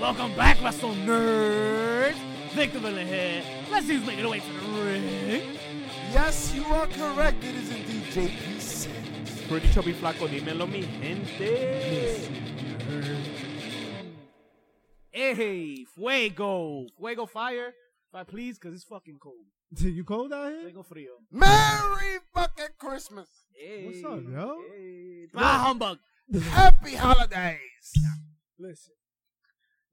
Welcome back, Wrestle Nerds! Victor Villa here. Let's see who's making the way to the ring. Yes, you are correct. It is indeed JP Sims. Pretty Chubby Flaco, dímelo, mi gente. Hey, fuego! Fuego fire, if I please, because it's fucking cold. You cold out here? Fuego frio. Merry fucking Christmas. Hey. What's up, yo? Hey. Bah, humbug! Happy holidays. Listen,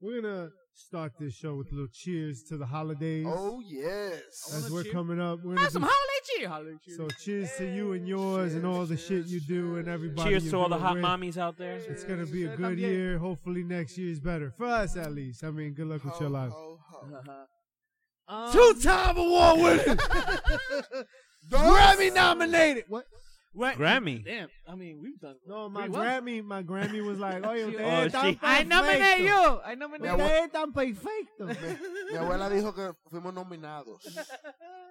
we're gonna start this show with a little cheers to the holidays. Oh, yes. As wanna we're cheer. coming up, we're gonna Have some do- holiday cheer! Holiday cheer. so cheers to you and yours and all the shit you do and everybody. Cheers you to all the do it hot with. mommies out there. It's gonna be a good year. Hopefully next year's better for us at least. I mean, good luck with your life. Ho, ho, ho. Um, Two-time award winner, Grammy nominated. What? what- Grammy. Damn, I mean, we've done. No, my Three what? Grammy, my Grammy was like, oye, Oh, ustedes she- están I nominate perfectos. you! I nominate Yeah, what- Ustedes están perfectos. Mi abuela dijo que fuimos nominados.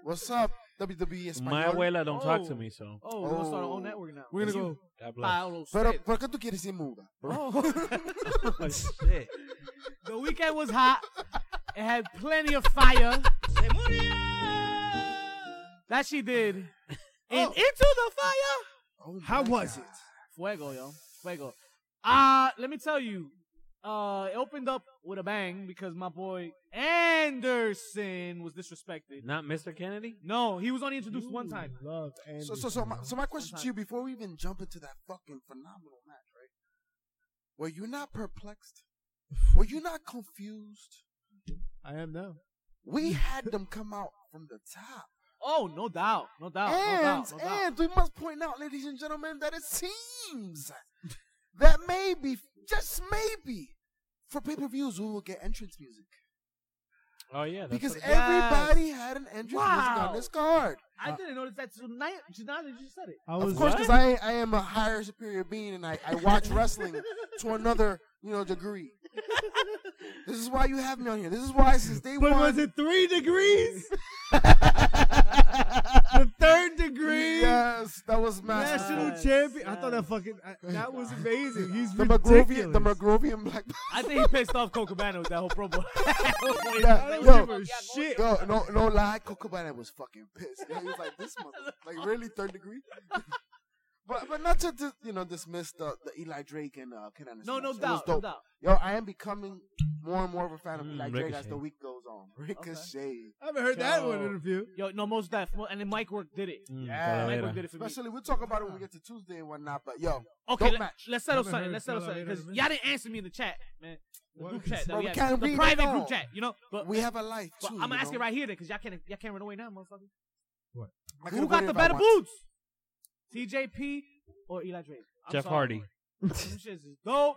What's up, WWE My Español? abuela don't talk Oh. to me, so Oh, we're gonna start our Oh. own network now. We're It's gonna go. God you, bless. Paolo Pero, Seth. ¿por qué tú quieres ir muda? Oh. Oh, shit. The weekend was hot. It had plenty of fire. that she did. And into the fire. Oh, my How was God. it? Fuego, yo. Fuego. Uh, let me tell you. Uh, it opened up with a bang because my boy Anderson was disrespected. Not Mr. Kennedy? No, he was only introduced one time. Love and So, so, so, my, so my question to you before we even jump into that fucking phenomenal match, right? Were you not perplexed? Were you not confused? I am now. We had them come out from the top. Oh, no doubt. No doubt. no and, doubt. No doubt. and we must point out, ladies and gentlemen, that it seems that maybe, just maybe, for pay per views, we will get entrance music. Oh, yeah. that's Because what- everybody had an entrance music Wow. on this card. I didn't notice that tonight. Now that you said it. I was Of course, what? because I, I am a higher superior being and I, I watch wrestling to another, you know, degree. This is why you have me on here. This is why since day But one. was it three degrees? the third degree Yes, that was massive. national Yes, champion. I thought that yes. fucking I, that was amazing. He's The ridiculous. McGrovian, the McGrovian Black. I think he pissed off Cole Cabana with that whole promo. Oh I Yeah, don't yo, give a shit. Yo, no, no lie, Coco Bannon was fucking pissed. He was like, "This mother, like really third degree." but but not to, dis- you know dismiss the, the Eli Drake and uh, Ken Anderson. no, no match. It was doubt. No dope. doubt. Yo, I am becoming more and more of a fan of Mm, Eli Drake as Ricochet. the week goes on. Ricochet, I haven't heard that one Yo. in a few. Yo, no, most def. Mo- And then Mike Work did it. Mm, Yeah. Mike calavera. Work did it for me. especially we'll talk about it when we get to Tuesday and whatnot. But yo, Okay, Dope let, match. let's settle Haven't something. heard Let's settle Colorado something in a because minute. y'all didn't answer me in the chat, man. The What? group chat that Bro, we we had, can't the read it private all. group chat, you know. But, we have a life but too. I'm gonna you ask know? it right here because y'all can't y'all can't run away now, motherfucker. I could've Who got voted the if I better wanted. boots? TJP or Eli Drake? I'm Jeff sorry. Hardy. Them shits is dope.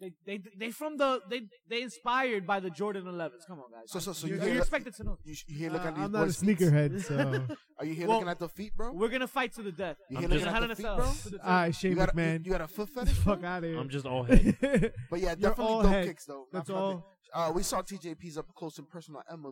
They, they they from the they they inspired by the Jordan 11s. Come on, guys. So so so you you are here? expected to know. You, sh- you here Uh, looking at these I'm not a boys' feet? sneakerhead, so Are you here Well, looking at the feet, bro? We're gonna fight to the death. You I'm here just- looking Hell at in the a feet, cell. bro? To the death. all right, Shane You got, a, you, McMahon, you got a foot Get the fetish? bro? fuck out of here. I'm just all head. But yeah, You're definitely all dope head. kicks though. That's Not nothing. all. Uh, we saw TJP's up close and personal at MLW.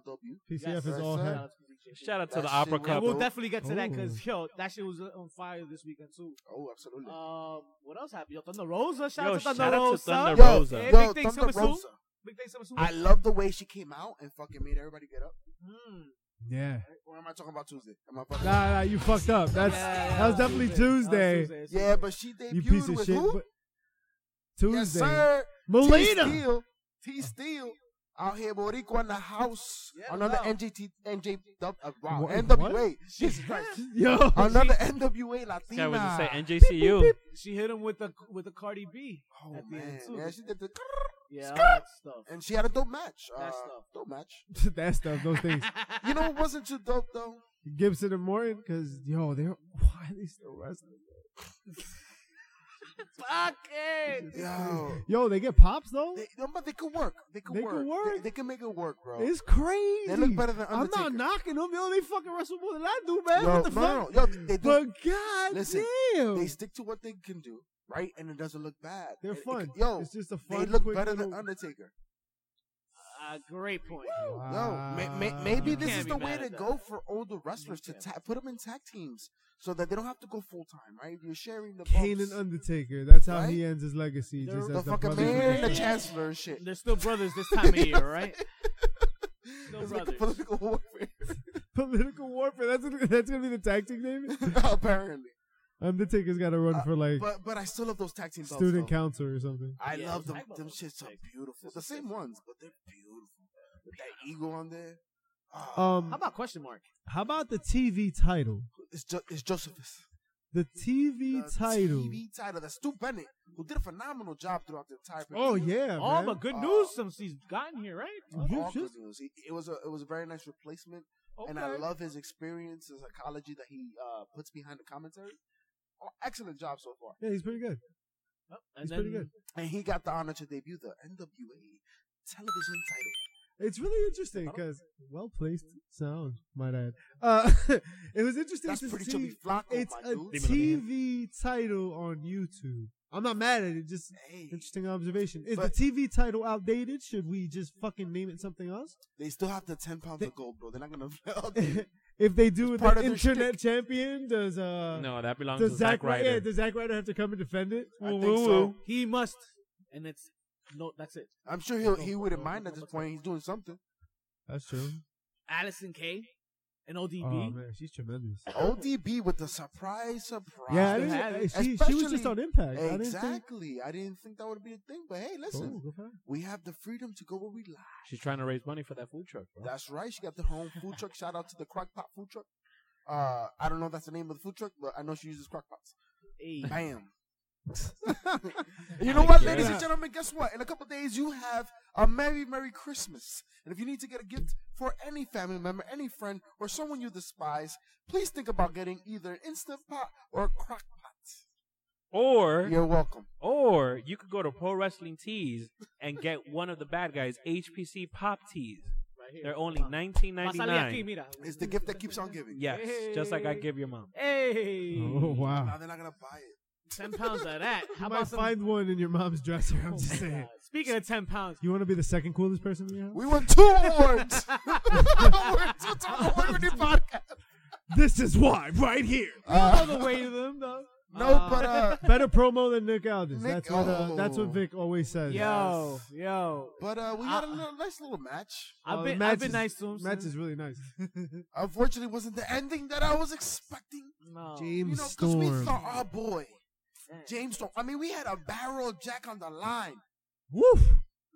Yes, PCF is that's all it. head. Shout out to Shout out to That the shit Opera was And Cup. we'll Ooh. definitely get to that because yo, that shit was on fire this weekend too. Oh, absolutely. Um, what else happened? Yo, Thunder Rosa. Shout Yo, out to Thunder shout out to Rosa. Thunder yo, Rosa. Hey, yo, big things Thunder coming soon. Rosa. Big things coming soon. I love the way she came out and fucking made everybody get up. Hmm. Yeah. Or am I talking about Tuesday? Am I fucking? Nah, nah, you fucked up. That's Yeah, that was definitely That Tuesday. was Tuesday. yeah, but she debuted You piece of with shit. who? but- Yes, Tuesday. sir. T Molina. Steel. T Steel. Out here, Boricua in the house. Yeah, Another wow. NJT, NJ, uh, wow, What- NWA. Jesus Christ. Yo. Another NWA This guy Latina. was to say NJCU. she hit him with the with the Cardi B. oh at the end, man, too. yeah, she did the, Yeah, all that stuff. and she had a dope match. Uh, That stuff. dope match. that stuff, those things. You know what wasn't too dope though? Gibson and Morton, because yo, they're why are they still wrestling? Fuck it. Yo, Yo, they get pops though. They, no, but they could work. They could They could work. They, work. they could make it work, bro. It's crazy. They look better than I'm Undertaker. not knocking them, yo. They fucking wrestle more than I do, man. Yo, what the no, fuck? no, no. Yo, they do. But god Listen, damn, they stick to what they can do, right? And it doesn't look bad. they're And it- fun. yo, it's just a fun. they look quick better little, than Undertaker. a Uh, great point. No, may, Ah. may, maybe Uh, You this can't is be the mad way at to that. go for older wrestlers to can't ta- put them in tag teams so that they don't have to go full time, right? You're sharing the Kane bumps. and Undertaker. That's how he Right? ends his legacy. The- just the as the fucking brothers mayor and the of- chancellor and shit. They're still brothers this time of year, right? Still It's like a brothers. political warfare, political warfare. That's gonna- that's gonna be the tactic name. apparently. Undertaker's got to run Uh, for like But but I still love those tag team belts. student though. council or something. I Yeah, love the them. tag Them belts are shits are sick. beautiful. The same ones, but they're beautiful. With that eagle on there. Ah, How Um, about question mark? how about the TV title? it's, jo- it's Josephus. The TV title. TV title. That's Stu Bennett, who did a phenomenal job throughout the entire. Oh period. yeah, All man. the good Uh, news since he's gotten here, right? All You good just- news. He- It was a it was a very nice replacement, Okay. and I love his experience, his psychology that he uh, puts behind the commentary. Oh, excellent job so far, Yeah, he's pretty good. Yep, and He's then pretty good. and he got the honor to debut the NWA television title. It's really interesting because well placed sound, might add. Uh, it was interesting That's to pretty see. chubby Flacco, it's my a dude. Dímelo, Miguel. TV title on YouTube. I'm not mad at it. Just Hey, interesting observation. Is But- the TV title outdated? Should we just fucking name it something else? they still have the ten pounds They- of gold, bro. They're not gonna. Oh, dude. if they do with part the of their internet champion, does uh No, that belongs does to Zack Zack Ry- yeah, Ryder. does Zack Ryder have to come and defend it? I think Woo-woo-woo. so. He must, and it's no. That's it. I'm sure he'll, he wouldn't mind at this point. He's doing something. That's true. Allison K, and ODB. Oh man, she's tremendous. ODB with the surprise, surprise. Yeah, I Still didn't- had it. she, she was just Especially- on Impact. I didn't think. Exactly. I didn't think that would be a thing, but hey, listen, Oh, good for her. we have the freedom to go where we like. She's trying to raise money for that food truck, bro. That's right. She got the home food truck. Shout out to the crock pot food truck. Uh, I don't know if that's the name of the food truck, but I know she uses crock pots. Hey, Bam. you know I what, get ladies it. and gentlemen? Guess what? In a couple days, you have a Merry, Merry Christmas. And if you need to get a gift for any family member, any friend, or someone you despise, please think about getting either an Instant Pot or a crock pot. Or You're welcome. or you could go to Pro Wrestling Tees and get one of the bad guys HPC Pop Tees. right here. They're only Uh, nineteen va a ninety salir aquí, nine. mira. It's the gift that keeps on giving. Yes, just like I give your mom. Hey, Oh Now wow! they're not going to buy it. ten pounds of that. How You about might some? find one in your mom's dresser. I'm just Oh, saying. God. Speaking of ten pounds, You want to be the second coolest person in your house? We won two awards. awards. It's an award-winning podcast. This is why, right here. all the way to them though. Uh, No, but uh, Better promo than Nick Aldis. Nick- that's what uh, oh. that's what Vic always says. yo, yo. but uh, we had a little, nice little match. Uh, I've been, match I've been is- nice to him. Match since- is really nice. Unfortunately, it wasn't the ending that I was expecting. no. James You know, because we Storm. thought our boy James Storm. I mean, we had a barrel jack on the line, Woof.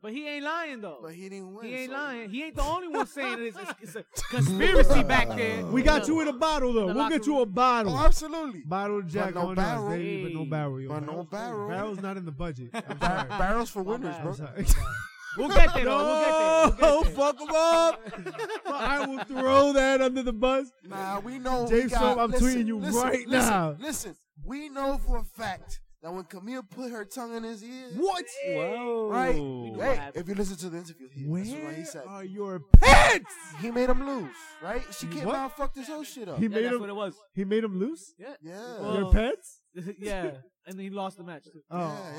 But he ain't lying though. but he didn't win. He ain't so- lying. He ain't the only one saying it. It's, it's, it's a conspiracy back there. We got No. you in a bottle though. The We'll get locker you a bottle. Oh, absolutely. Bottle Jack no on barrel. us, baby, but no Hey. barrel. Yo. But no Barrel's- barrel. Barrel's not in the budget. I'm Bar- sorry. barrels for winners, bad. bro. I'm sorry. We'll get there. though. We'll get there. We'll get Oh, No, fuck him up. I will throw that under the bus. Nah, we know. we James got, Storm, I'm listen, tweeting you listen, right listen, now. Listen, we know for a fact that when Camille put her tongue in his ear, What? Whoa. Right. know what Hey, happened. if you listen to the interview, he, that's what he Where said. are your pants. He made him lose, right? She came What? out and fucked his whole shit up. He Yeah, Oh, made that's him. what it was. He made him loose. Yeah. yeah. Well, Your pets? yeah. And he lost the match. too. Oh, Oh. yeah,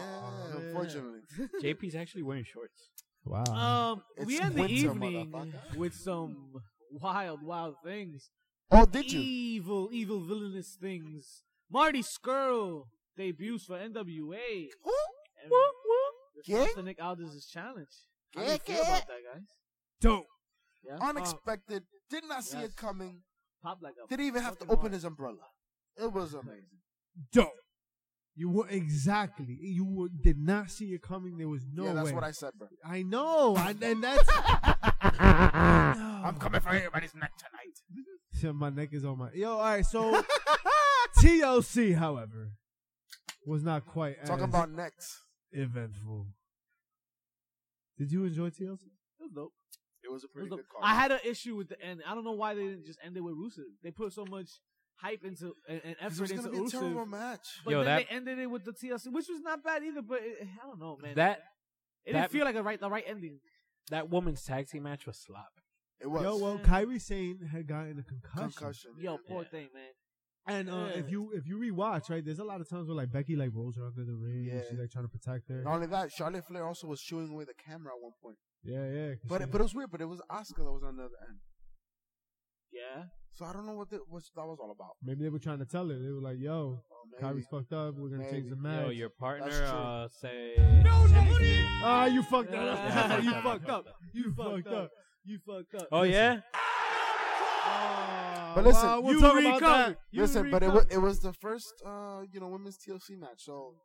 yeah, man. unfortunately. JP's actually wearing shorts. Wow. Um, Uh, It's we end the winter, evening motherfucker. with some wild, wild things. Oh, did you? Evil, evil, villainous things. Marty Skrull debuts for NWA. Who? And Yeah. responds to Nick Aldis' challenge. How do you feel about that, guys? Dope. Yeah. Unexpected. Did not see Yes. it coming. Pop like a Didn't even have to fucking open hard. his umbrella. It was amazing. Dope. You were exactly. You were, did not see it coming. There was no yeah, that's way. what I said, bro. I know, I, and that's. I'm coming for everybody's neck tonight. my neck is on my. Yo, all right. So TLC, however, was not quite Talking as about next. eventful. Did you enjoy TLC? It was dope. It It was a was pretty dope. good call. I had an issue with the end. I don't know why they didn't just end it with Rusev. They put so much hype into and, and it effort was into gonna be a terrible Rusev. match. But Yo, then that- they ended it with the TLC, which was not bad either. But it, I don't know, man. That it that- didn't feel like a right the right ending. that woman's tag team match was sloppy. It was Yo, well, Kyrie Sane had gotten a concussion. concussion. Yo, poor Yeah. thing, man. And uh, if you if you rewatch, right, there's a lot of times where like Becky like rolls her under the ring. Yeah. and She's like trying to protect her. Not only that, Charlotte Flair also was shooing away the camera at one point. Yeah, yeah. 'cause But she- it, but it was weird. But it was Oscar that was on the other end. Yeah. So I don't know what the, what that was all about. maybe they were trying to tell her. They were like, "Yo, Oh, Kyrie's maybe. fucked up. We're gonna change Maybe. the match." Yo, your partner That's true. uh, say. Ah, you fucked that up. Yeah, I you fucked fucked up. You fucked fucked up. up. You fucked up. Oh yeah. Ah, But listen, wow, Ah, we'll you talk about recovered. that. You Listen, but it was recovered. it was the first uh you know women's TLC match, so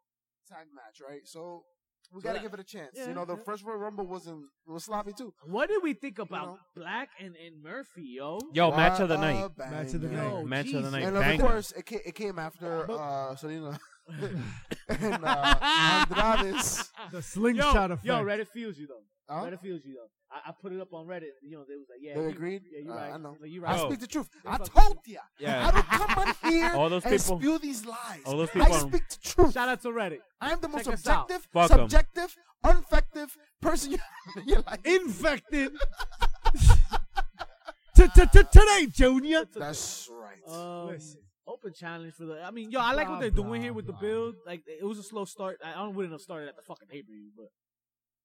tag match, right? So we So gotta that- give it a chance. yeah, you know, the yeah. first Royal Rumble wasn't was sloppy too. What did we think about know. Black and, and Murphy, yo? Yo, Oh, match of the Wah, night. bang, Match of the yo. night. Yo, match of the jeez. night. uh, And of Banger. course, it came, it came after But- uh, Selena and uh, Andrade's. The Yo, slingshot effect. yo, Reddit feels you though. Huh? Reddit feels you though. I, I put it up on Reddit. You know, they was like, yeah, They you- agreed? Yeah, you Uh, right. I know. Like, you I right. Yo. speak the truth. They I fuck told ya. Yeah. I don't come on here All those and people- spew these lies. all those I people on- speak the truth. Shout out to Reddit. I'm the most Check us out. objective, Fuck 'em. subjective, unfective person you in your life. infected. T- t- t- Today, Junior. That's right. Um, Listen. Open challenge for the. I mean, yo, I like Blah, what they're blah, doing here with blah. the build. Like, it was a slow start. I, I wouldn't have started at the fucking pay per view, but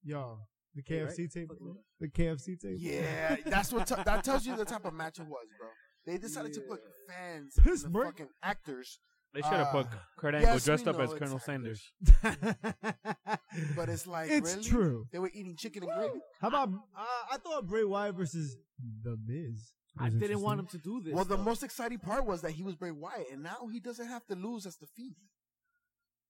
Yo, the Yeah, right? KFC table. The KFC table. yeah, that's what t- that tells you the type of match it was, bro. They decided to put fans, Piss and the Mark. fucking actors, They should have Uh, put Kurt Angle yes, dressed we up know as it's Colonel actors. Sanders. but it's like it's really? true. They were eating chicken and gravy. How about uh, I thought Bray Wyatt versus The Miz. I was didn't want him interesting. to do this. Well, the though. most exciting part was that he was Bray Wyatt, and now he doesn't have to lose as the Fiend,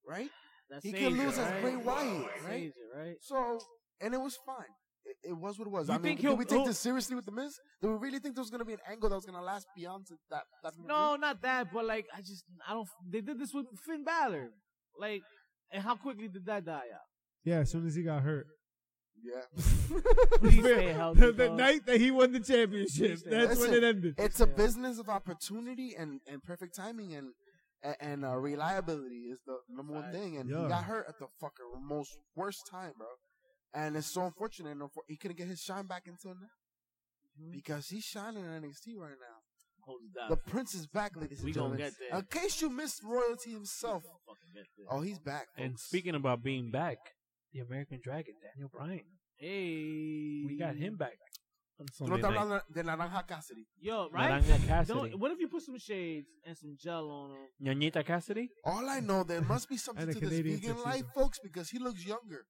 right? That's he can Asia, lose as right? Bray Wyatt, That's right? Asia, right? So, and it was fine. It, it was what it was. You I mean, think did he'll- we take he'll- this seriously with the Miz? Did we really think there was going to be an angle that was going to last beyond to that? that No, not that, but like I just I don't. They did this with Finn Balor, like, and how quickly did that die out? Yeah, as soon as he got hurt. Yeah, Please stay healthy. the, the dog. night that he won the championship, Please stay that's healthy. when it ended. it's a Yeah. business of opportunity and, and perfect timing and and- and uh, reliability is the number one thing. And Yeah. he got hurt at the fucking most worst time, bro. And it's so unfortunate. And unfor- he couldn't get his shine back until now Mm-hmm. because he's shining in NXT right now. Hold it down. The prince is back, ladies We and gonna gentlemen. get there. In case you missed royalty himself, Fucking get there. oh, he's back. And folks. speaking about being back, the American Dragon, Daniel Bryan, Hey, we got him back on Tú no Sunday estás night. hablando de Naranja Cassidy. Yo, right? Naranja Cassidy. Don't, what if you put some shades and some gel on him? Ñañita Cassidy. All I know, there must be something And a to this Canadian vegan tuxedo. life, folks, because he looks younger.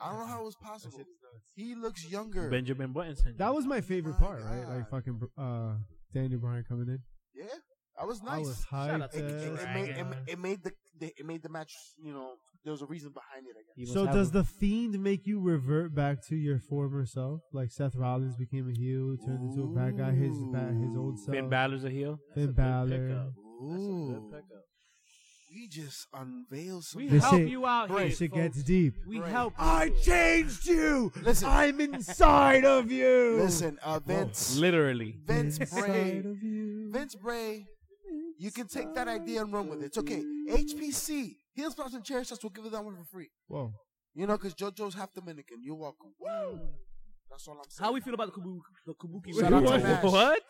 I don't know how it was possible. He looks younger. Benjamin Button. syndrome. That was my favorite My part, right? God. Like fucking uh, Daniel Bryan coming in. yeah, that was I nice. was Shout out hyped. to it, the as- it- it made, it, Dragon. it made the, the it made the match. You know, there was a reason behind it. I guess. He must So have does a- the fiend make you revert back to your former self? Like Seth Rollins became a heel, turned into a bad guy, his bad, his old self. Finn Balor's a heel? Finn Balor. pickup. That's a good pickup. we just unveiled some. We This help shit- you out here. This shit folks. gets deep. We Right. help. I changed you. Listen. I'm inside of you. Listen, uh, Vince, Literally. Vince Bray, Inside of you. Vince Bray. You can take that idea and run with it. It's okay. HPC, Heels, Props, and Chair Shots will give you that one for free. Whoa. You know, because JoJo's half Dominican. You're welcome. Woo! That's all I'm saying. How we feel about the kabuki? The kabuki. Shout Warriors? out to Matt. What? what?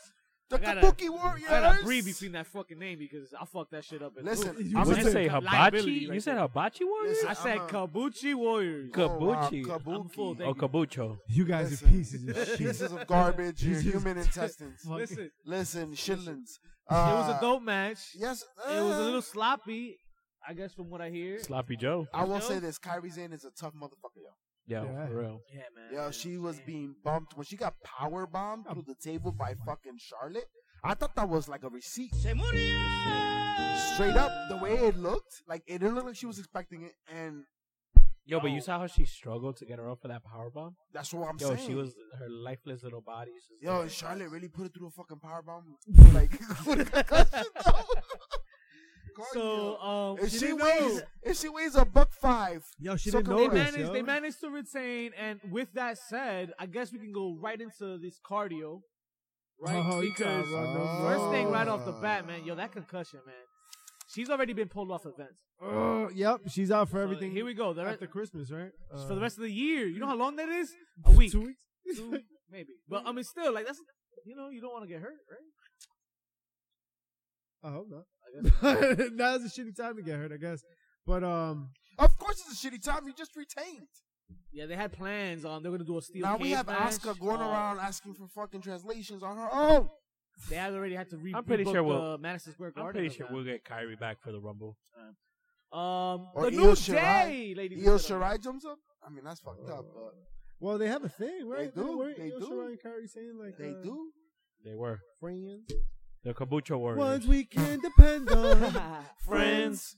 the I gotta- Kabuki Warriors. I gotta breathe between that fucking name because I fucked that shit up. and- Listen, You You I'm didn't saying say liability hibachi? right You said there. hibachi warriors? Listen, I said I'm a- Kabuchi Warriors. Good. Oh, wow, Kabuki. I'm full, Kabuki. thank Oh, kabucho. You guys Listen. are pieces of shit. Pieces of garbage. Your Jesus. human intestines. Fuck. Listen, it Listen, shitlins. was a Uh, dope match. Yes. It was a uh, little sloppy, I guess, from what I hear. Sloppy Joe. I will Yo. say this: Kyrie Zane is a tough motherfucker, yo. Yeah, Yeah. for real. Yeah, Oh. man. Yo, she was being bumped when she got power bombed through the table by fucking Charlotte. I thought that was like a receipt. Straight up, the way it looked, like it didn't look like she was expecting it, and Yo, Oh. but you saw how she struggled to get her off of that power bomb? that's what I'm Yo, saying. she was her lifeless little body. was just Yo, like- and Charlotte really put it through a fucking power bomb, like with a concussion though. God, So, yo. um, Oh, if she she didn't weighs, know. if she weighs a buck five, Yo, she So didn't can They we know this, managed, yo. they managed to retain, and with that said, I guess we can go right into this cardio, right? Oh, you because talking about no first more. thing right off the Oh. bat, man, yo, that concussion, man, she's already been pulled off events. Uh, yep, she's out for So everything. Here we go. The re- after Christmas, right? Uh, for the rest of the year, you know how long that is? A week, Two weeks. Two weeks, maybe. But I mean, still, like that's you know, you don't want to get hurt, right? I hope not. Now's a shitty time to get hurt, I guess. But um, Of course, it's a shitty time. You just retained. Yeah, they had plans on. They were gonna do a steel. now we cage have match. Asuka going Uh, around asking for fucking translations on her own. They had already had to re- I'm pretty rebook sure the we'll- Madison Square Garden. I'm pretty of sure that. we'll get Kyrie back for the Rumble. Um, Or the Io new Shirai. day, ladies. and Io gentlemen. Shirai jumps up. I mean, that's fucked up, but well, they have a thing, right? They do, Weren't they Io do. Shirai and Kyrie saying like they uh, do. They were friends. the Kabucho Warriors. Ones we can depend on. Friends.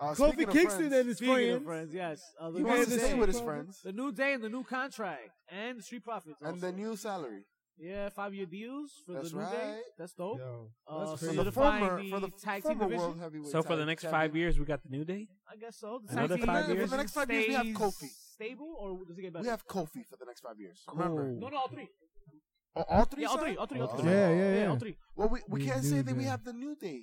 Uh, Kofi speaking of Kingston friends, and his Speaking friends. of friends, yes. Uh, the, he new wants to Yeah, day, the stay with his same. friends the new day and the new contract and the street profits and also. the new salary. yeah five year deals for That's the new day. right. That's dope. Yo, Uh, that's so For crazy. the Solidifying former, the for the tag team former division? world heavyweight. so for tag the next champion. five years, we got the New Day. I guess so. The Another tag team five division years? For the next five years, we have stays Kofi. Stable or does it get better? we have Kofi for the next five years. Remember, no, no, all three. Oh, all three. Yeah, all sorry? three, all three, all Oh, three. Yeah, yeah, yeah. all three. Well, we, we We can't do say that we that. have the new day.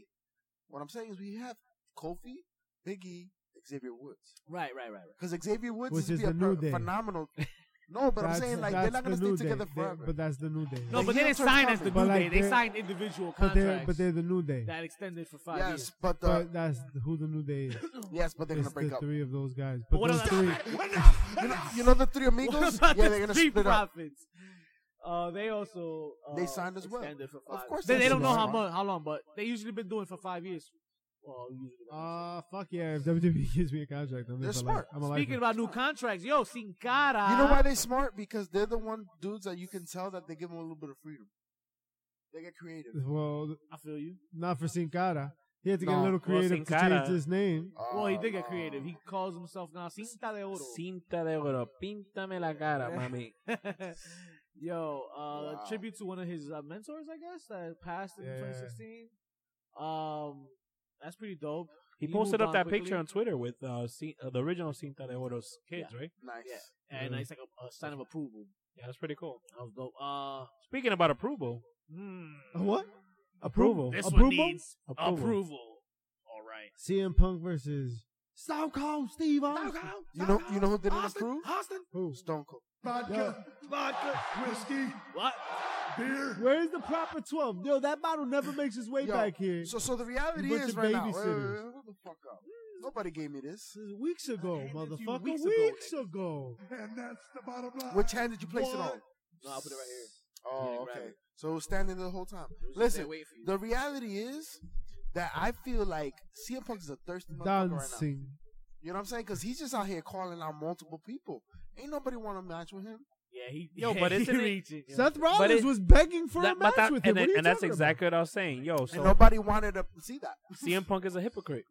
What I'm saying is we have Kofi, Biggie, Xavier Woods. Right, right, right, right. Because Xavier Woods Which would is be a the New per- Day. phenomenal. No, but I'm That's- saying like they're that's not gonna the New stay together Day. They- forever. but that's the new day. No, The but they heels didn't are sign as the coming. new But day. like They they're- signed individual but they're contracts but they're the new day. that extended for five yes, years. but the but that's who the new day is. yes, but they're It's gonna break the up. three of those guys. But But what those about- three, You know, you know the three What amigos? about yeah, the they're gonna Street split up. profits? Uh, they also uh, They signed as well. extended For Of five. course they, they they don't know how signed. much, how long, but they usually been doing for five years. Well, usually. uh, fuck yeah! If WWE gives me a contract, I'm in They're for smart. Life. I'm a lifer. Speaking about new contracts, yo, Sin Cara. You know why they smart? Because they're the one dudes that you can tell that they give them a little bit of freedom. They get creative. well, I feel you. not for Sin Cara. He had to get No. a little Well, creative Sin to change Cara- his name. well, he did Uh, get creative. He calls himself now Cinta de Oro. Cinta de oro, píntame la cara, mami. Yo, uh, Wow. tribute to one of his uh, mentors, I guess, that passed in Yeah. 2016. Um, that's pretty dope. He He posted moved up on that quickly. picture on Twitter with uh, C- uh, the original Cinta de Oro's kids, right? Oh, nice. Yeah. And Yeah. it's like a, a sign of approval. Yeah, that's pretty cool. That was dope. Uh, Speaking about approval, hmm. What? Approval. This Approval? one needs approval. Approval. All right. CM Punk versus Stone Cold Steve Austin. You know, you know who didn't Austin, approve? who? Stone Cold. Yo, What? where is the proper twelve? Yo, that bottle never makes its way Yo, back here. So, so the reality Bunch is of right now. Wait, wait, babysitters. wait, hold the fuck up. Nobody gave me this. This is weeks ago, handed you motherfucker. weeks Weeks, ago, nigga. ago. Which hand did you place it What? on? No, I'll put it right here. Oh, didn't grab okay. it. So it was standing there the whole time. It was just Listen, there waiting for you. the reality is that I feel like CM Punk is a thirsty motherfucker right now. Dancing. You know what I'm saying? Because he's just out here calling out multiple people. Ain't nobody want to match with him. Yeah, he. Yo, yeah, but he isn't it- reaching, yo. Seth Rollins it- was begging for a That- match but that- with him. and, What then- are you and that's talking about? exactly what I was saying. Yo, so and nobody wanted to see that. CM Punk is a hypocrite.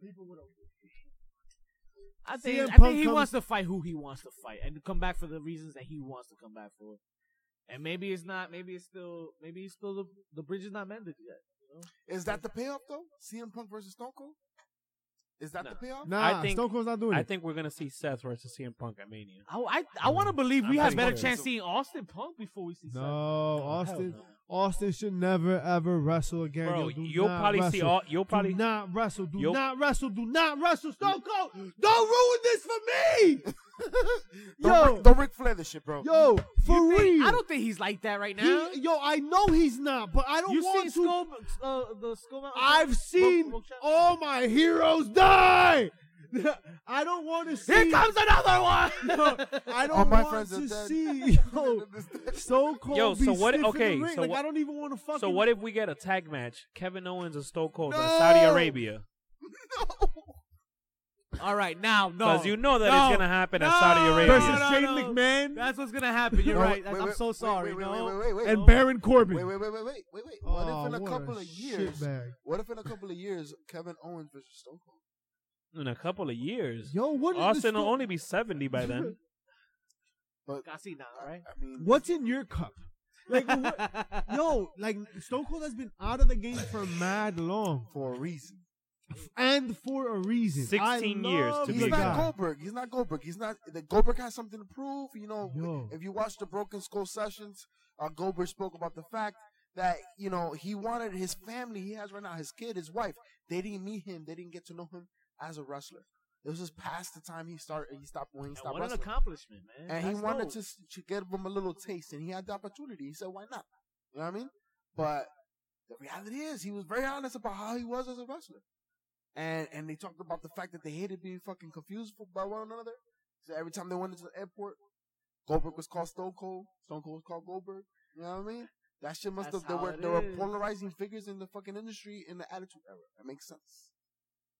I think, CM I Punk think he comes- wants to fight who he wants to fight and come back for the reasons that he wants to come back for. And maybe it's not. Maybe it's still. Maybe it's still the the bridge is not mended yet. Is that the payoff though? CM Punk versus Stone Cold? Is that No. the payoff? Nah, I think- Stone Cold's not doing I it. think we're gonna see Seth versus CM Punk at Mania. Mm. I I, I want to believe we I'm have better pretty chance sure. seeing Austin Punk before we see. no, Seth. Austin. Hell Austin should never ever wrestle again. Bro, Yo, do you'll not probably see wrestle. all. You'll probably do not wrestle. Do You'll- not wrestle. Do not wrestle. Stone Cold, don't ruin this for me. Don't, Yo. Ric- don't Ric Flair this shit, bro. Yo, for You think- real. I don't think he's like that right now. He, yo, I know he's not, but I don't you want seen to. Skull, uh, the Skull Mountain? I've seen Broke- broke- all my heroes die. I don't want to see. Here comes another one. I don't All my want friends are to dead. see. Yo, so cold. Yo, so what- In the okay, ring. so like what- I don't even want to fucking. So what if we get a tag match? Kevin Owens and Stone Cold in No! Saudi Arabia. all right, now no, Because you know that No. it's gonna happen in No. Saudi Arabia. versus No, no, Shane no. McMahon that's what's gonna happen. You're No, right. wait, That's- wait, I'm wait, so wait, sorry. Wait, no. wait, wait, wait, wait. and Baron Corbin? Wait, wait, wait, wait, wait, wait, wait. What Oh, if in a what couple of years? shitbag. What if in a couple of years Kevin Owens versus Stone Cold? in a couple of years. Yo, what is Austin this will sto- only be seventy by then. But I see now, right? I mean, What's in your cup? Like, what, yo, like Stone Cold has been out of the game for mad long, for a reason. and for a reason. I 16 years love the to He's be not guy. Goldberg. He's not Goldberg. He's not. The Goldberg has something to prove. You know, Yo. if you watch the Broken Skull sessions, uh, Goldberg spoke about the fact that you know he wanted his family he has right now, his kid, his wife. They didn't meet him. They didn't get to know him as a wrestler. It was just past the time he started. He stopped when he And stopped what an wrestling. accomplishment, man! and he That's wanted dope. to, s- to give him a little taste, and he had the opportunity. He said, "Why not?" You know what I mean? But the reality is he was very honest about how he was as a wrestler. And and they talked about the fact that they hated being fucking confused for, by one another. So every time they went into the airport, Goldberg was called Stone Cold, Stone Cold was called Goldberg. You know what I mean? That shit must That's have there how were it there were is. polarizing figures in the fucking industry in the attitude era. That makes sense.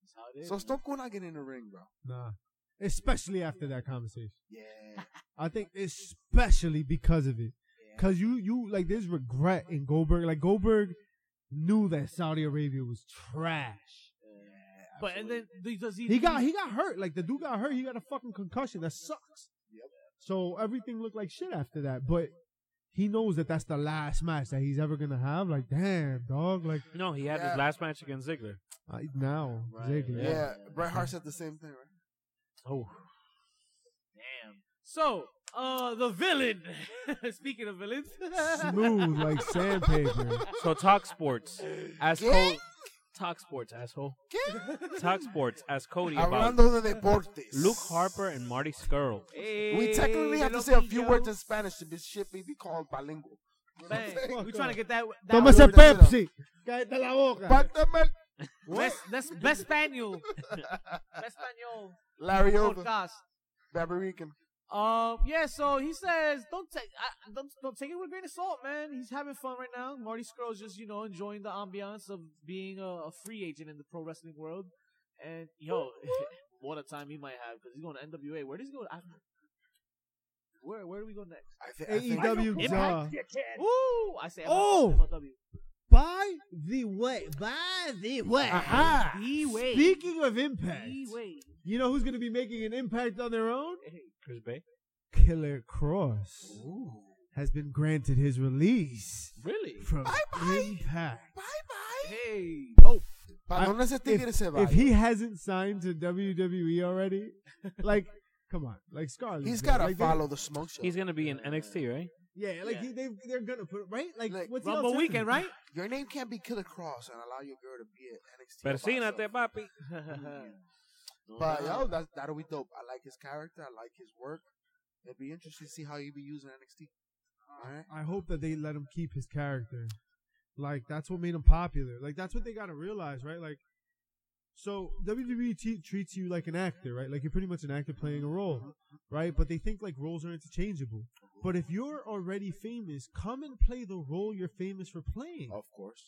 That's how it is. So Stone Cold not getting in the ring, bro. Nah. Especially after that conversation. Yeah. I think especially because of it. yeah. Cause you you like there's regret in Goldberg. Like Goldberg knew that Saudi Arabia was trash. Yeah, But and then does he? He got he got hurt. Like the dude got hurt. He got a fucking concussion. That sucks. Yep. So everything looked like shit after that. But he knows that that's the last match that he's ever gonna have. Like damn dog. Like No, he had Yeah. his last match against Ziggler. I, now Right, Ziggler. absolutely. yeah. yeah. Bret Hart said the same thing, right? Oh, Damn. So uh, the villain. Speaking of villains, Smooth like sandpaper. so talk sports, asshole. Yeah. Talk sports, asshole. ¿Qué? Talk sports, ask Cody about Hablando de deportes. Luke Harper and Marty Skrull. We technically have to say a few words in Spanish to this shit may be called bilingual. Bang. We're trying Fuck to up. get that. that Tómese word- that's Pepsi. Cállate la boca. But the man- Best, that's best Spaniel. best Spaniel Larry over, podcast. Barbarican. Um, yeah, so he says, don't take, I, don't, don't take it with a grain of salt, man. He's having fun right now. Marty Skrull's just, you know, enjoying the ambiance of being a, a free agent in the pro wrestling world. And yo, what a time he might have because he's going to NWA. Where does he go? I, where, where do we go next? I thi- E I think- AEW. duh. Ooh, I say, MLW, Oh! MLW. By the way, by the way, Aha. The way. Speaking of impact, He wait. you know who's going to be making an impact on their own? Hey, Chris Bay. Killer Cross Ooh. has been granted his release really? from Bye-bye. Impact. Bye bye. Hey, Oh, ¿Para dónde ese tigre se if, va? if he hasn't signed to WWE already, like, come on, like Scarlett, He's man, gotta like, they- follow the smoke show. He's gonna be in NXT, right? Yeah, like Yeah. He, they they're gonna put right, like, Like, what's the Rumble alternative? weekend, right? Your name can't be Killer Cross and allow your girl to be at NXT. by Persínate, herself. papi. But yo, that's, that'll be dope. I like his character. I like his work. It'd be interesting to see how you be using NXT. All right. I hope that they let him keep his character. Like that's what made him popular. Like that's what they gotta realize, right? Like, so WWE t- treats you like an actor, right? Like you're pretty much an actor playing a role, right? But they think like roles are interchangeable. But if you're already famous, come and play the role you're famous for playing, Of course.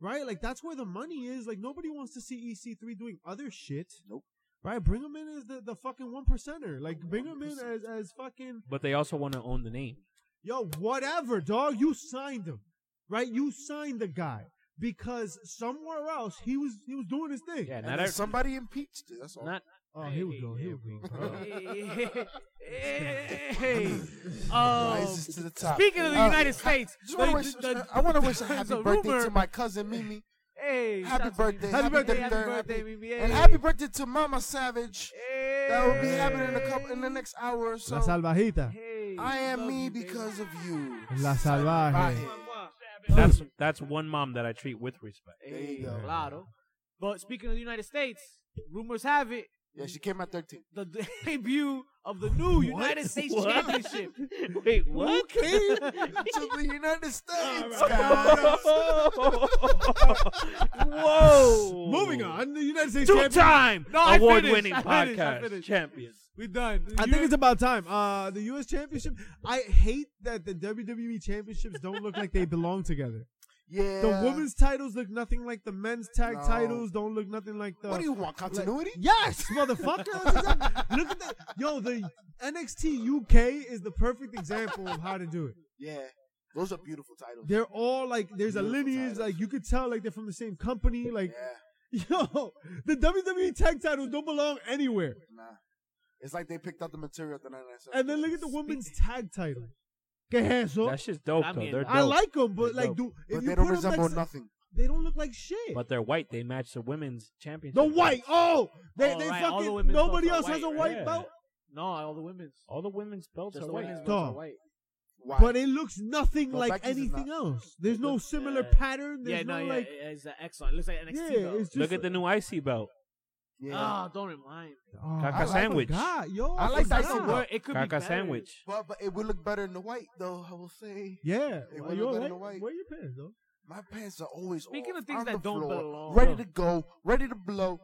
right? Like that's where the money is. Like nobody wants to see EC3 doing other shit. Nope. Right, bring him in as the, the fucking one percenter. Like bring him in as as fucking But they also want to own the name. Yo, whatever, dog. You signed him, right? You signed the guy because somewhere else he was he was doing his thing. Yeah, And, not then every, somebody impeached it. That's all. not Oh, here we go. Here we go. dog. Hey. Um, Oh, Rises to the top. Speaking of the Oh. Uh, United States, I just wanna the- wish- the- the- I want to wish a there's happy birthday rumor- to my cousin Mimi. Hey, Happy shout out to birthday, Mimi. happy birthday, happy third, birthday, happy- Mimi. And Hey. happy birthday to Mama Savage. That will be happening in a couple in the next hour or La so. salvajita. Hey, I am love me you, baby. because of you. La salvaje. Bye. that's that's one mom that I treat with respect. There you Hey, go. claro. But speaking of the United States, rumors have it Yeah, she came at 13. the debut of the new United States What? Championship. Wait, what? Came to the United States, guys. Whoa! Moving on, the United States Two champion. time No, I award winning finished, I finished, I podcast finished. champions. We done. I think it's about time. Uh, the U.S. Championship. I hate that the WWE championships don't look like they belong together. Yeah. The women's titles look nothing like the men's tag No. titles. Don't look nothing like the. What do you want? Continuity? Yes, motherfucker. That's exact- Look at that. Yo, the NXT UK is the perfect example of how to do it. Yeah. Those are beautiful titles. They're all like, there's a Beautiful lineage. titles. Like you could tell, like they're from the same company. Yeah. Like, yo, the WWE tag titles don't belong anywhere. Nah. It's like they picked out the material that I said. And then look at the women's tag title. Que es eso? That shit's dope, I though. mean, They're dope. I like them, but They're like, dude, if But you they don't put 'em resemble next to- nothing. they don't look like shit. But they're white. They match the women's championship. the white, oh, they, Oh, they right, all the fucking women's nobody else belts are has a white, white right? belt. no, all the women's. Oh, All the women's belts Just are the white. women's Dog. ones are white. Why? But it looks nothing Well, like Becky's is anything not- else. There's no similar Yeah. pattern. There's uh, Yeah, no, no, yeah, like yeah, it's an excellent. It looks like an NXT yeah, though. it's just Look at the new IC belt. yeah. Ah, don't remind. me. oh, Caca I like- sandwich. I forgot, yo, I like forgot. that It's a Caca. word. It could be Caca better. sandwich. Well, but it would look better in the white, though, I will say. Yeah, It well, would've yo, been where, away. where your pants though? My pants are always Speaking off, of things on that the don't floor, belong. ready to go, ready to blow.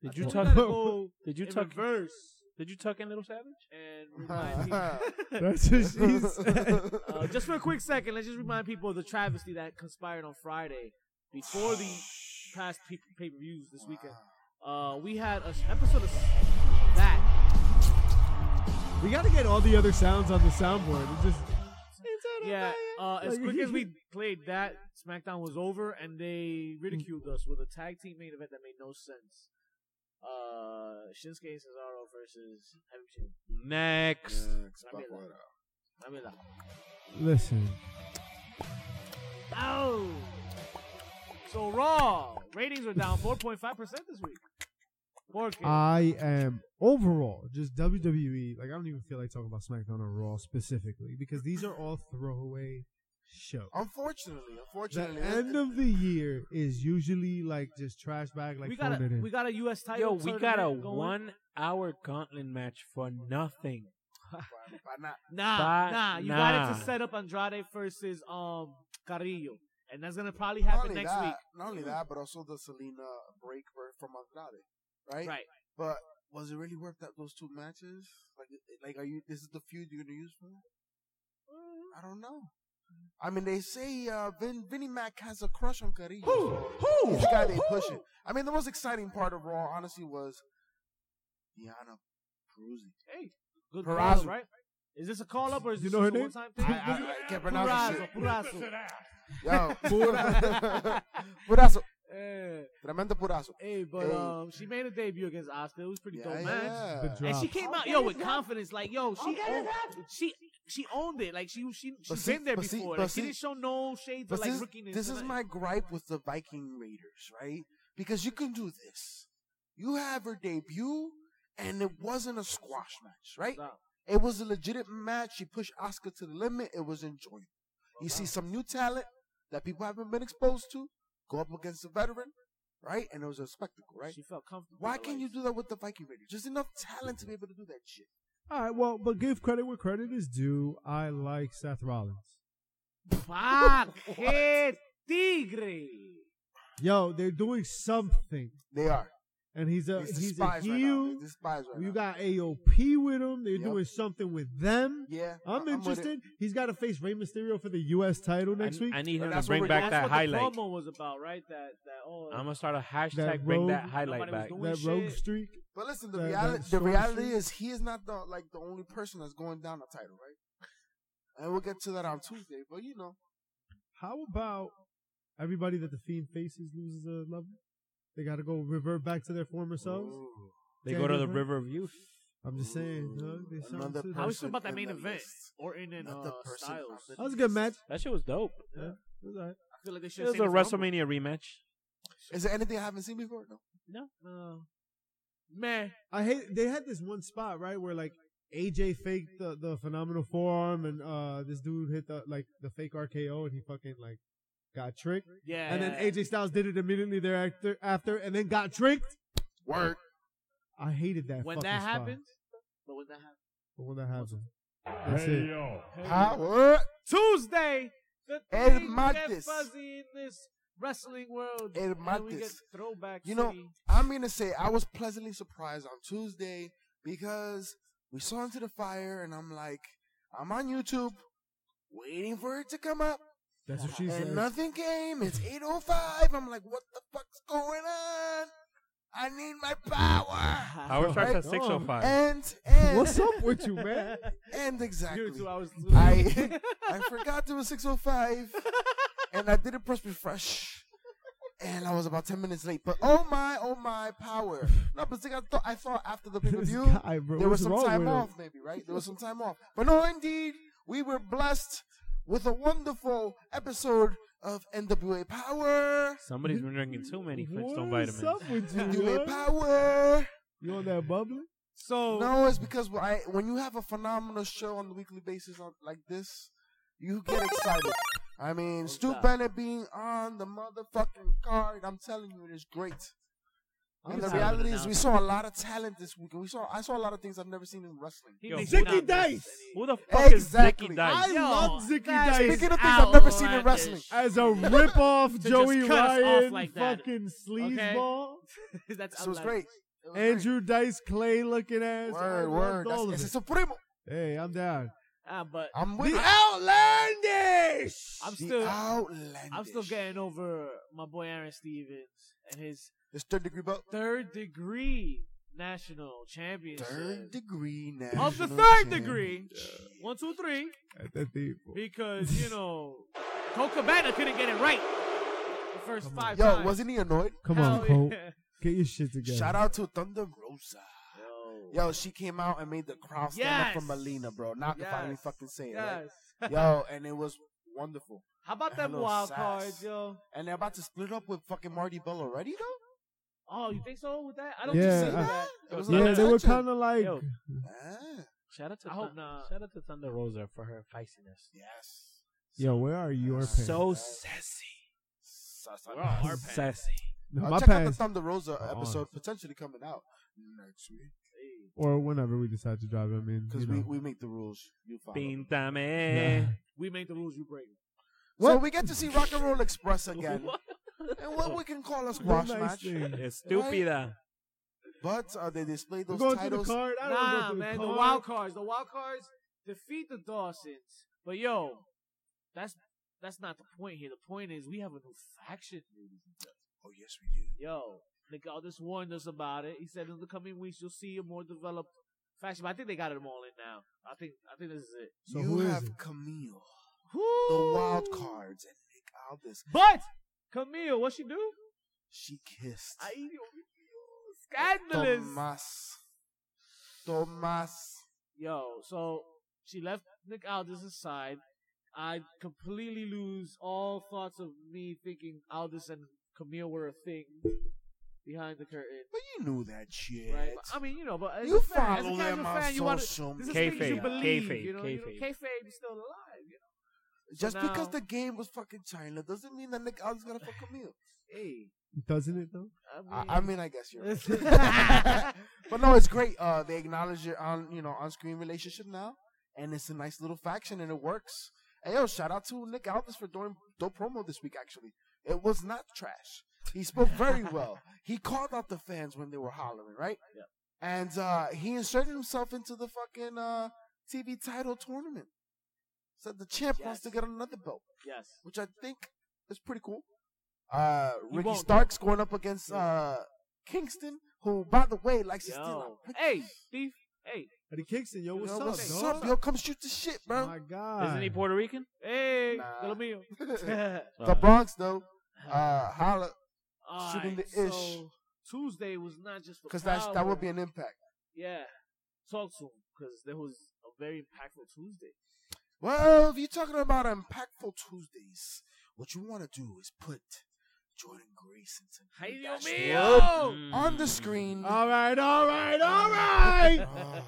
Did you Well, tuck? that- Did you in tuck? reverse Did you tuck in Little Savage? and remind people? That's what she said. uh, just for a quick second, let's just remind people of the travesty that conspired on Friday before the past pe- pay per views this weekend. Uh, we had an episode of that. we got to get all the other sounds on the soundboard. It's just Yeah, uh, as Like- quick as we played that, SmackDown was over, and they ridiculed us with a tag team main event that made no sense. Uh, Shinsuke and Cesaro versus Heavy Chin. Next. I mean, like, listen. oh. So Raw ratings are down 4.5 percent this week. Four K. I am overall just WWE. Like I don't even feel like talking about SmackDown or Raw specifically because these are all throwaway shows. Unfortunately, The unfortunately, end of the year is usually like just trash bag. Like we got throwing it a in. we got a U.S. title. Yo, we got a tournament going. one-hour gauntlet match for nothing. Why- why not? Nah, But- nah. You got it nah. to set up Andrade versus um Carrillo, and that's gonna probably happen next that, week. Not only that, but also the Selena break for- from Andrade, right? Right. But was it really worth that those two matches? Like, it- like are you? This is the feud you're gonna use for that? Mm-hmm. I don't know. I mean, they say uh, Vin, Vinnie Mac has a crush on Carrillo. Who? so Who? This guy they Who? push it. I mean, the most exciting part of Raw, honestly, was Diana Peruzzi. Hey, good Purazo. call, up, right? Is this a call up or is You this know her just a name? one time I, thing? I, I can't pronounce Purazo, it. Purazo. Yo, purazo, Eh, tremendo purazo. Hey, but Hey. um, she made a debut against Oscar. It was pretty dope Yeah, match. yeah. The And drop. she came out yo with confidence, like yo, she owned, she she owned it, like she she she's see- been there but see- before. but Like she see- didn't show no shades But of like this, rookiness. this is and, my like- gripe with the Viking Raiders, right? Because you can do this. You have her debut, and it wasn't a squash match, right? No. It was a legit match. She pushed Oscar to the limit. It was enjoyable. You see some new talent that people haven't been exposed to. Go up against a veteran, right? And it was a spectacle, right? She felt comfortable. Why like- can't you do that with the Viking Raiders? Just enough talent to be able to do that shit. All right, well, but give credit where credit is due. I like Seth Rollins. Fuck it, tigre. Yo, they're doing something, They are. and he's a These he's, a spies right now. heel. These spies right you now. got AOP with him. They're Yep. doing something with them. yeah. I- I'm with it. interested. He's got to face Rey Mysterio for the U.S. title I, next week. I need But him to that's what bring we're- back That's that what highlight. the promo was about, right? That that oh, I'm gonna start a hashtag. That bring road- that highlight Nobody was back. doing that rogue shit. streak. But listen, the That- reality that the Storm reality Streak? is he is not the like the only person that's going down the title, right? And we'll get to that on Tuesday. But you know, How about everybody that the Fiend faces loses a level? They got to go revert back to their former selves. They go to Daniel the Bryan? River of Youth. I'm just saying. huh? There's something Another to this. How we feel person about that in main the event list. or in an Not uh, the person on Styles? the- That was a good match. That shit was dope. Yeah. It was all right. I feel like they should. It was a saved it for Rumble. WrestleMania rematch. is there anything I haven't seen before? No. No. Man, I hate they had this one spot right where like AJ faked the, the phenomenal forearm and uh this dude hit the like the fake RKO and he fucking like got tricked yeah. and then AJ Styles did it immediately thereafter after and then got tricked. Word. I hated that. when fucking that spot. happened, but when that happened, But when that happened, that's it. Power. Tuesday, the El things get martes. fuzzy in this wrestling world. El and we get martes. throwback. You know, city. I'm gonna say I was pleasantly surprised on Tuesday because we saw into the fire, and I'm like, I'm on YouTube waiting for it to come up. That's what she and said. nothing came. It's 805. I'm like, what the fuck's going on? I need my power. Howard starts Right at on. 6:05. And and What's up with you, man? and exactly. Give it two hours. I I forgot it was 605 and I didn't press refresh. And I was about 10 minutes late. But oh my, oh my power. No, but see, I thought I thought after the This pay-per-view guy, bro, there was what's some wrong time with him? off, maybe, right? There was some time off. But no, indeed, we were blessed with a wonderful episode of NWA Power. Somebody's been drinking too many Flintstone What is vitamins. up with you? NWA yo? Power. You on that bubbly? so No, it's because when I, when you have a phenomenal show on a weekly basis on, like this, you get excited. I mean, Stu that? Bennett being on the motherfucking card, I'm telling you, it is great. And the He's not reality an is, we saw a lot of talent this week. We saw I saw a lot of things I've never seen in wrestling. He Yo, did Zicky not miss Dice. any. Who the fuck is Zicky Exactly. Dice? I Yo, love Zicky that's Dice Speaking of things I've never seen in outlandish. wrestling. as a ripoff just Joey cut us off Ryan like that. fucking Okay. sleazeball. That's So it was outlandish. great. It was Andrew Dice Clay looking ass. great. Word, I word. loved all That's, ese of it. supremo. Hey, I'm down. Ah, but I'm with The it. outlandish. I'm The still, outlandish. I'm still getting over my boy Aaron Stevens and his It's third degree belt. third degree national championship Third degree now. of the third degree. One, two, three. At the table. Because you know, Cole Cabana couldn't get it right the first Come on. five Yo, times. wasn't he annoyed? Come Hell on, Cole. yeah. Get your shit together. Shout out to Thunder Rosa. Yo. Yo, she came out and made the crowd stand Yes. up for Melina, bro. Now I can Yes. finally fucking say it. Yes. Right? Yo, and it was wonderful. How about them Hello, wild Sass. cards, yo? And they're about to split up with fucking Marty Bell already, though? Oh, you think so with that? I don't Yeah, think so. I- with that. It was No, Yeah, like they were touching. kind of like. Yo. Ah, Shout out to I hope not. Shout out to Thunder Rosa for her feistiness. yes. Yo, where are your pants? So sassy. Sus- We're all our pants. Sassy. No, Uh, my check out the pants, Thunder Rosa Are on. episode potentially coming out next week or whenever we decide to drive. I mean, because you know. we, we make the rules. You follow. Pintame. We make the rules, you break. them. So we get to see Rock and Roll Express again, and what we can call a squash nice match. thing. Estúpida. But uh, they display We're those going to the titles. card. I don't Nah, go to man, the the card. wild cards, the wild cards defeat the Dawsons. But yo, that's that's not the point here. The point is we have a new faction, ladies and gentlemen. Oh yes, we do. Yo, Nick just warned us about it. He said in the coming weeks you'll see a more developed faction. But I think they got them all in now. I think I think this is it. So you who is have it? Camille, the Woo! wild cards, and Nick Aldis. But Camille, what she do? She kissed Ay, Dios mío, scandalous. Tomas. Tomas. Yo, so she left Nick Aldis aside. I completely lose all thoughts of me thinking Aldis and Camille were a thing behind the curtain. But you knew that shit. Right? I mean, you know, but as You a fan, as a follow casual them on fan, you want social This is things you media. believe. Kayfabe, you know, you know, kayfabe. kayfabe is still alive. You know? Just So because now- the game was fucking China doesn't mean that Nick Aldis gonna fuck Camille. Hey, Doesn't it though? I, I mean, I guess you're right. It's- but no, it's great. Uh, they acknowledge it on you know on screen relationship now, and it's a nice little faction, and it works. And yo, shout out to Nick Aldis for doing dope promo this week. Actually, it was not trash. He spoke very well. he called out the fans when they were hollering, right? Yeah. And uh, he inserted himself into the fucking uh, TV title tournament. Said the champ wants Yes. to get another belt yes. which I think is pretty cool. Uh, He Ricky won't, Starks going up against uh, Kingston, who, by the way, likes to Yo. steal. our- Hey, thief. Hey, Eddie Kingston, yo, what's Yo, up, what's dog? up? Yo, come shoot the shit, bro. My God, Isn't he Puerto Rican? hey, Nah. little meal. the Bronx, though. Uh, holla, All shooting right, the ish. So Tuesday was not just for because that that would be power. an impact. yeah. Talk to him because there was a very impactful Tuesday. Well, if you're talking about impactful Tuesdays, what you want to do is put Jordan Grace into Ay, Dios That's mío. Mm. on the screen. All right, all right, all right. Ah.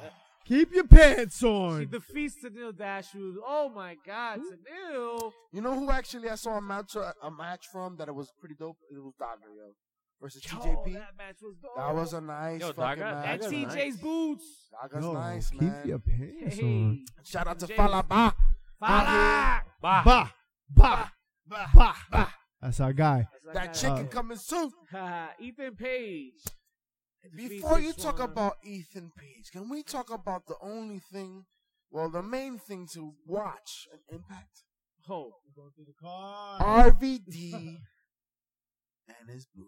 Keep your pants She on. defeats Tennille Dashwood. Oh my God, Tennille. you know who actually I saw a match uh, a match from that it was pretty dope. It was Doggerio versus Yo, TJP. Oh, that match was dope. That was a nice Yo, fucking Daga- and match. Daga's TJ's nice. boots. Daga's Yo, nice, keep man. your pants Hey, on. Shout out to James. Falaba. Fala. Bah. Bah, bah, Bah, bah, bah. That's our guy. That's like That chicken Uh, coming soon. Haha, Ethan Page. Before you Defeats talk Swan. about Ethan Page, can we talk about the only thing, well, the main thing to watch and impact? oh, RVD and his boo.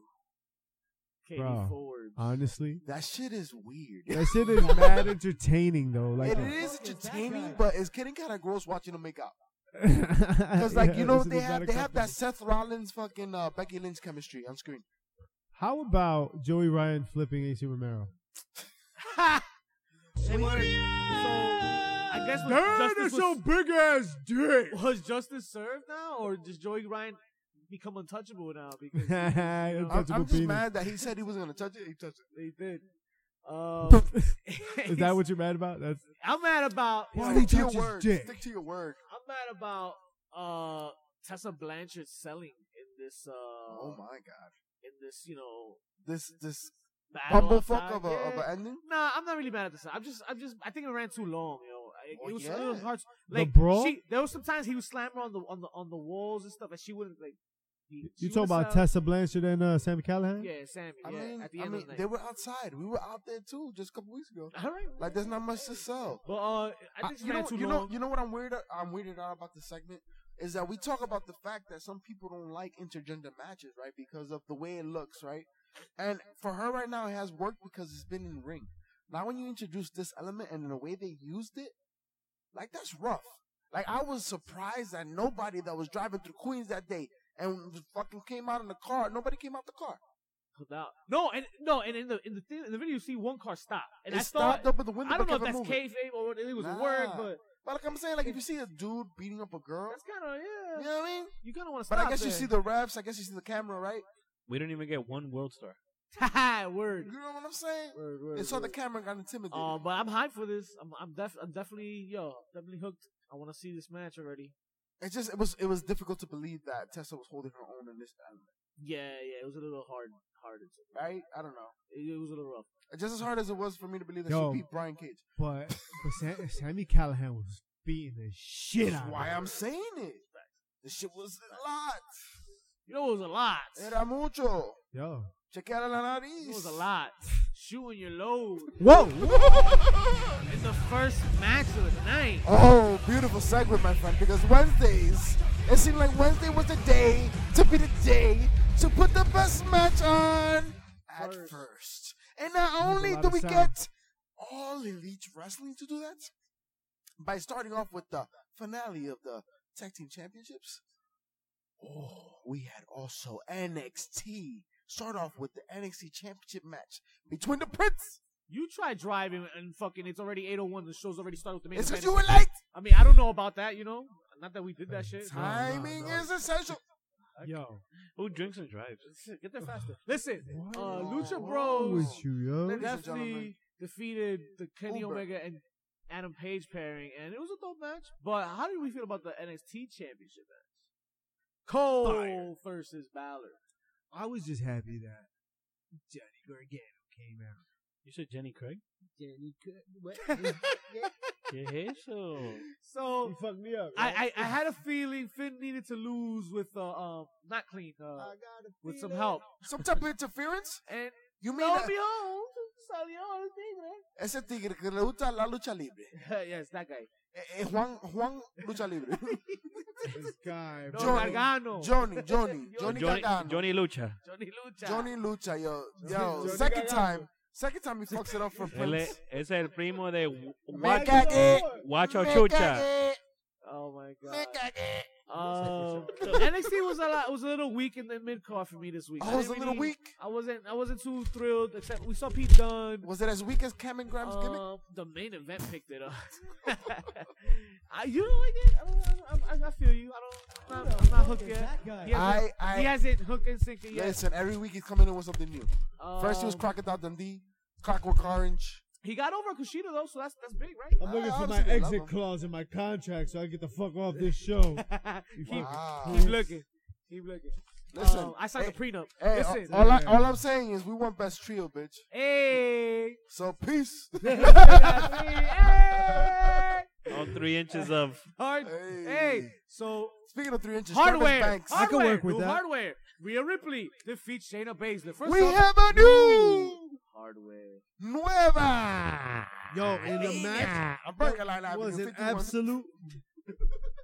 Katie Bro. Ford. Honestly, That shit is weird. that shit is mad entertaining though. Like, It the fuck is is that guy? entertaining, but it's getting kind of gross watching them make out. because Cause like you know they have they have that Seth Rollins fucking uh, Becky Lynch chemistry on screen. How about Joey Ryan flipping AC Romero? They were- So I guess was justice was, big ass dick. was justice served now, or does Joey Ryan become untouchable now? Because I'm, Untouchable I'm just penis. mad that he said he wasn't gonna touch it. He touched it. they did. Um, Is that what you're mad about? That's I'm mad about? Why I'm did- Stick to your touch his word. dick. Stick to your word. mad about uh, Tessa Blanchard selling in this uh, Oh my god. in this you know This this battle Bumblefuck of a outside. of Yeah. an ending. Nah, I'm not really mad at this. I'm just, I'm just, I think it ran too long, yo. It, Well, it, was, yeah. it was hard. to- The Like, brawl? She, there was sometimes he would slam her on the on the on the walls and stuff, and she wouldn't like. be- she You talking wouldn't about sound- Tessa Blanchard and uh, Sammy Callahan? Yeah, Sammy. I yeah, mean, at the I end mean, of the night. they were outside. We were out there too, just a couple weeks ago. All right. Like, there's not much to sell. But uh, I I- think she you ran know, too you long. know, you know what I'm weird. I'm weirded out about the segment is that we talk about the fact that some people don't like intergender matches, right? Because of the way it looks, right? And for her right now, it has worked because it's been in the ring. Now, when you introduce this element and the way they used it, like that's rough. Like I was surprised that nobody that was driving through Queens that day and fucking came out in the car. Nobody came out the car. Pulled out. No, and no, and in the in the, thing, in the video, you see one car stop, and it I stopped thought up at the window. I don't know but if kept it that's moving. kayfabe or whether it was a word, Nah. but But like I'm saying, like if you see a dude beating up a girl, that's kind of yeah. you know what I mean. You kind of want to But stop. I guess there. you see the refs. I guess you see the camera, right? We didn't even get one world star. Ha You word. know what I'm saying? Word, word, And so the word. camera got intimidated. Uh, but I'm hyped for this. I'm I'm def I'm definitely yo definitely hooked. I want to see this match already. It's just it was it was difficult to believe that Tessa was holding her own in this element, Yeah, yeah. It was a little hard hard. right? I don't know. It, it was a little rough. It's just as hard as it was for me to believe that Yo. she beat Brian Cage. But, but Sam, Sammy Callahan was beating the shit out That's of why her. I'm saying it. This shit was a lot. You know, it was a lot. Era mucho. Yo. Chequear la nariz. It was a lot. Shooting your load. Whoa. It's the first match of the night. Oh, beautiful segue, my friend. Because Wednesdays, it seemed like Wednesday was the day to be the day to put the best match on at First. first. And not There's a only lot do of we sound. get all elite wrestling to do that by starting off with the finale of the tag team championships. Oh, we had also NXT. Start off with the NXT championship match between the Prince. You try driving and fucking. It's already 8:01. The show's already started with the main It's event. because you were late. I mean, I don't know about that. You know, not that we did that shit. No, no, Timing no. is essential. Yo. Who drinks and drives? Shit, Get there faster. Listen, What? uh, Lucha Whoa. Bros With you, yo. Ladies and definitely gentlemen. defeated the Kenny Uber. Omega and Adam Page pairing, and it was a dope match. But how did we feel about the NXT Championship match? Cole versus Balor. I was just happy that Johnny Gargano came out. You said Jenny Craig? Johnny yeah, so. So fucked me up. I, I, I had a feeling Finn needed to lose with uh, um not clean uh, with some help. Some type of interference? And You mean lo uh, and behold, Salió el Tigre. ese tigre que le gusta la lucha libre? yes, that guy. Eh, eh, Juan, Juan lucha libre. This guy. No, Johnny, Gargano. Johnny, Johnny, Johnny Johnny, Gargano. Johnny, Johnny Lucha. Johnny Lucha. Lucha, yo, yo. Johnny second Gargano. time, second time he fucks it up for Él Prince. es, es el primo de Me Wa- cagué, Guacho me Chucha. cagué, Oh my me god. cagué. Um, so NXT was a lot, was a little weak in the mid card for me this week. Oh, didn't it was a little really- weak? I wasn't I wasn't too thrilled. Except we saw Pete Dunne. Was it as weak as Cameron Graham's gimmick? Um, the main event picked it up. I, you don't like it? I, don't, I, don't- I, I feel you. I don't. I'm not, I'm not hooked yet. He hasn't, I, I he hasn't hooked and sinking yet. listen. Every week he's coming in with something new. First he was Um, Crocodile Dundee, Clockwork Orange. He got over Kushida though, so that's that's big, right? I'm looking I for my honestly love him. exit clause in my contract so I get the fuck off this show. keep, Oh, Wow. keep looking. Keep looking. Listen, Um, I signed hey, a prenup. Hey, uh, Listen. all, all I, all I'm saying is we want best trio, bitch. hey. So peace. That's it. Hey. All three inches of. Hard. Hey. Hey. So Speaking of three inches, hardware. Travis Banks. hardware. I can work with new that. Hardware. Rhea Ripley defeats Shayna Baszler. First we off, have a new hardware. nueva. Yo, in the match I'm breaking line it Avenue. was an 51. absolute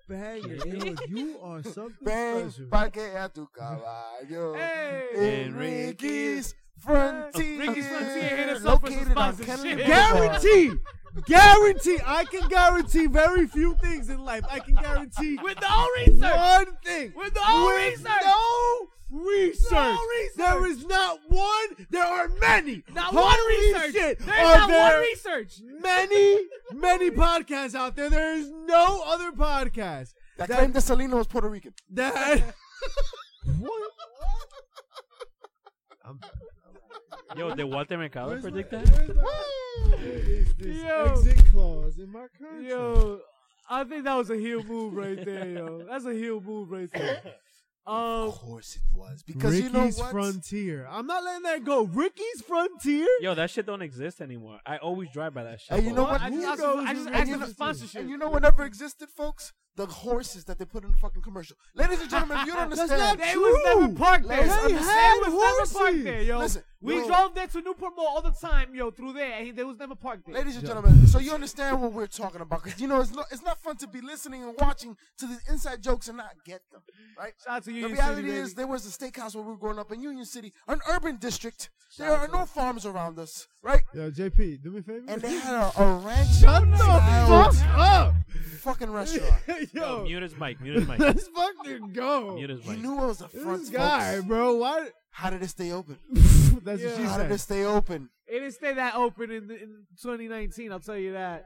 banger. It was, you are something Ven, special. parque a tu caballo. Hey. In Ricky's Frontier. Ricky's Frontier hit us up for some Located on sponsorship. Kennedy Boulevard. Guarantee, guarantee. I can guarantee very few things in life. I can guarantee With the own research. one thing. With the own With research. No research. No research. There is not one. There are many. Not Holy one research. Shit. There's are not there one research. many, many podcasts out there. There is no other podcast That claimed that Salino was Puerto Rican. that. what? I'm, Yo, did Walter Mercado where's my- predict that? where's my- where is this Yo. exit clause in my contract? Yo, I think that was a heel move right there, yo. That's a heel move right there. Um, course it was. Because Ricky's you know what? Frontier. I'm not letting that go. Ricky's Frontier. Yo, that shit don't exist anymore. I always drive by that shit. And you know bro. what? I just Who asked, knows I who just Ricky asked him for is? sponsorship. And you know what never existed, folks? The horses that they put in the fucking commercial. Ladies and gentlemen, if you don't That's understand. not They true. was never parked there. They son. had they was never horses. parked there, yo. Listen, we yo. drove there to Newport Mall all the time, yo, through there, and he- they was never parked there. Ladies and gentlemen, so you understand what we're talking about, because you know it's not it's not fun to be listening and watching to these inside jokes and not get them, right? Shout out to The Union City, reality is, baby. there was a steakhouse where we were growing up in Union City, an urban district. There are no farms around us, right? Yo, JP, do me a favor. And they had a, a ranch Shut the style fuck up. fucking restaurant. Yo, Yo, mute his mic. Mute his mic. let's fucking go. mute his You mic. knew it was a front. This guy, folks. bro. Why? How did it stay open? Yeah. How That's what did she it said. stay open? It didn't stay that open in, in 2019. I'll tell you that.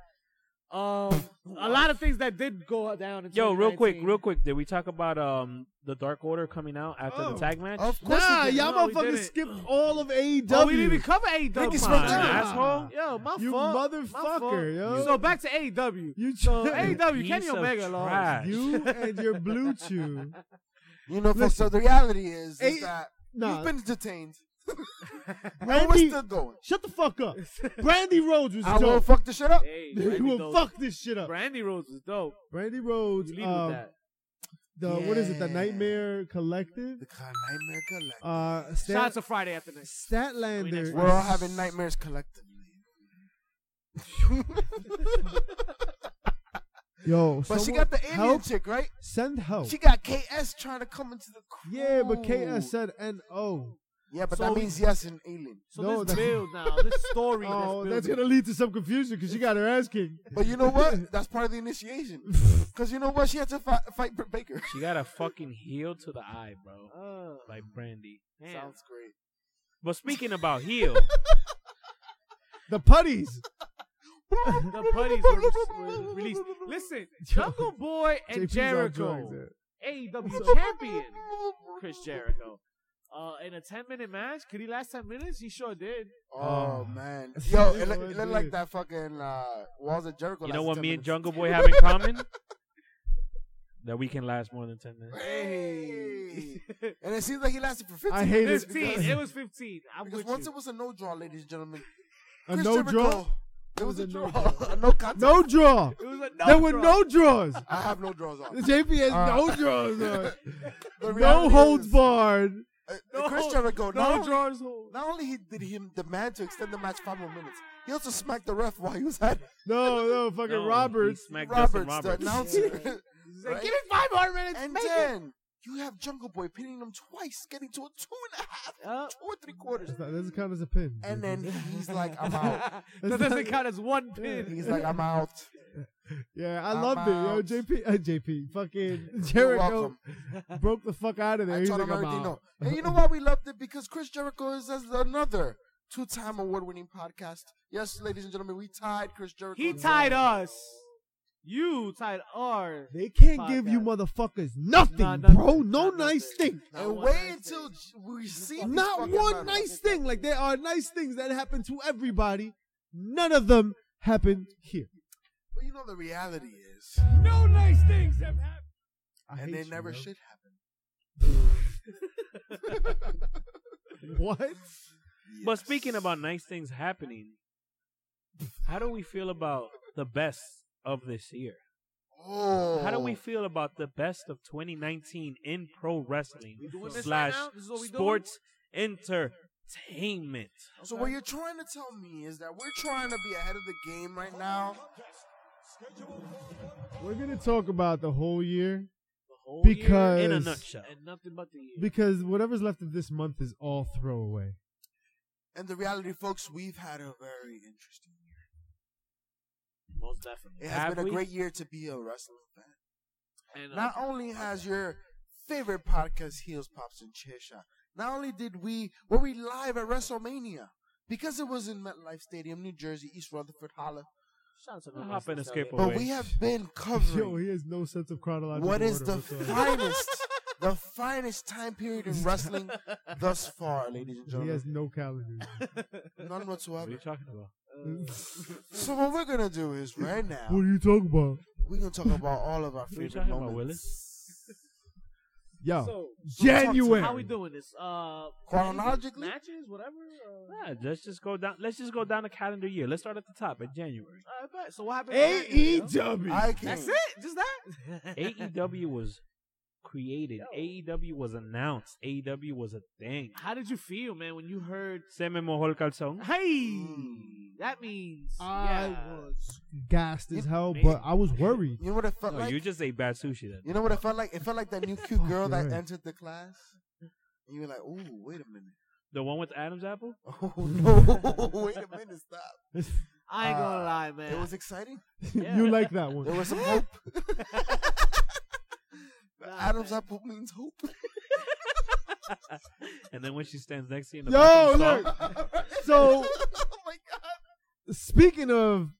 Um, a lot of things that did go down. In Yo, real quick, 2019. real quick. Did we talk about um the Dark Order coming out after Oh. the tag match? Of course, Nah, they did. y'all No, we motherfuckers didn't. skipped all of AEW. Oh, we didn't even cover AEW. Ricky's Come on, Frontier. Asshole. Yo, my You fault. My fault. motherfucker, yo. So back to AEW. you So tried. AEW, Piece Kenny of Omega lost. trash. You and your blue chew. you know, folks. Listen. So the reality is, is Eight- that Nah. you've been detained. and we're Randy, still going. shut the fuck up. Brandy Rhodes was I dope. will fuck the shit up. Hey, you Brandy, will Rhodes- fuck this shit up. Brandy Rhodes was dope. Brandy Rhodes, You lead um, with that. the what is it? The Yeah. Nightmare Collective. The kind of nightmare collective. Uh, Shout out Stat- to Friday after this. I mean, Statlander. next We're all having nightmares collectively. Yo, But she someone got the alien help. chick, right? Send help. She Oh. got KS trying to come into the crew. yeah, but KS said N-O. Yeah, but So- that means yes in alien. So No, this that's- build now, this story. Oh, that's that's building. gonna lead to some confusion because she got her ass kicked. But you know what? That's part of the initiation. Because you know what? She had to fi- fight Britt Baker. She got a fucking heel to the eye, bro. Uh, Like Brandy. Man. Sounds great. But speaking about heel, The putties. the putties were, were released. Listen, Jungle Boy and JP's on drugs, Jericho, yeah. AEW champion Chris Jericho, uh, in a ten minute match. Could he last ten minutes? He sure did. Oh, Oh. man. Yo, it, look- Oh, it looked like dude. that fucking uh, Walls of Jericho. you know lasted what 10 me and minutes. Jungle Boy have in common? that we can last more than ten minutes. Hey. and it seems like he lasted for 15 I hate minutes it. Fifteen. It was fifteen. I'm Because with once you. it was a no draw, ladies and gentlemen. A Chris Uh, no Jericho, draw. It was, a, was a draw. no a no contact. No draw. It was a there were draw. no draws. I have no draws on. JP has Uh, no draws on. The no reality holds is, barred. uh, No- Chris Jericho, no not, only, drawers. hold. not only he did him demand to extend the match five more minutes, he also smacked the ref while he was at it. No, no, fucking No, he Roberts. smacked Justin Roberts, Roberts. the announcer. He's like, Right? Give me five more minutes. and make it. then you have Jungle Boy pinning him twice, getting to a two and a half, Uh, two or three quarters. That's not- That doesn't count as a pin. And JP. then he's like, I'm out. that doesn't count as one pin. He's like, I'm out. yeah, I I'm loved out. it, yo. JP, uh, JP, fucking You're Jericho welcome. broke the fuck out of there. I He's told like, him I'm everything. No. out. And you know why we loved it? Because Chris Jericho is as another two-time award-winning podcast. Yes, ladies and gentlemen, we tied Chris Jericho. He and tied Jungle. us. You tied our. They can't give you Podcast. motherfuckers nothing, Nah, nothing. bro. No Nah, nice nothing. thing. Not and one wait nice until thing. j- we see these Not fucking one men. nice thing. Like there are nice things that happen to everybody. None of them happen here. But you know the reality is, No nice things have happened. I and hate they you, never yo. should happen. What? But speaking about nice things happening, how do we feel about the best of this year? Oh, How do we feel about the best of 2019 in pro wrestling We doing this right slash now? This is what we doing? sports entertainment? So what you're trying to tell me is that we're trying to be ahead of the game right now. We're gonna talk about the whole year The whole Oh, Because- In a Yes. nutshell, year and nothing but the year. because whatever's left of this month is all throwaway. And the reality, folks, we've had a very interesting year. Most definitely. It has Have been we? a great year to be a wrestling fan. And, uh, Not only has your favorite podcast, Heels, Pops, and Chair Shot, not only did we, were we live at WrestleMania, because it was in MetLife Stadium, New Jersey, East Rutherford, Holla. shout out to I'll Mm, the hop in West a skip Side. over. But Wait. we have been Yo, covering he has no sense of chronological. what is order the whatsoever. finest, the finest time period in wrestling thus far, ladies and He has gentlemen. no calendar. None what are whatsoever. you talking about? So what we're gonna do is right what now are you talking about? we're gonna talk about all of our What are you favorite talking about, moments. Oh, Willis? Yo, So, January. how we doing this? Uh, Chronologically? matches, whatever. Uh, Nah, let's just go down. Let's just go down the calendar year. Let's start at the top at January. I bet. So what happened? in E E January, huh? AEW. I can. That's it. Just that. AEW E was created. AEW was announced. AEW was a thing. How did you feel, man, when you heard? Se me mojó el calzón. Hey, that means I yeah. was gassed as hell, Man. but I was worried. You know what it felt No, like? you just ate bad sushi then. You know what it felt like? It felt like that new cute girl Fuck, you're that right. entered the class. And you were like, ooh, wait a minute. The one with Adam's apple? Oh, no. wait a minute. Stop. I ain't gonna Uh, lie, man. It was exciting. Yeah. you like that There one? was some hope. Nah, Adam's man. apple means hope. And then when she stands next to you in the Yo, bathroom look. stall, So oh my god. speaking of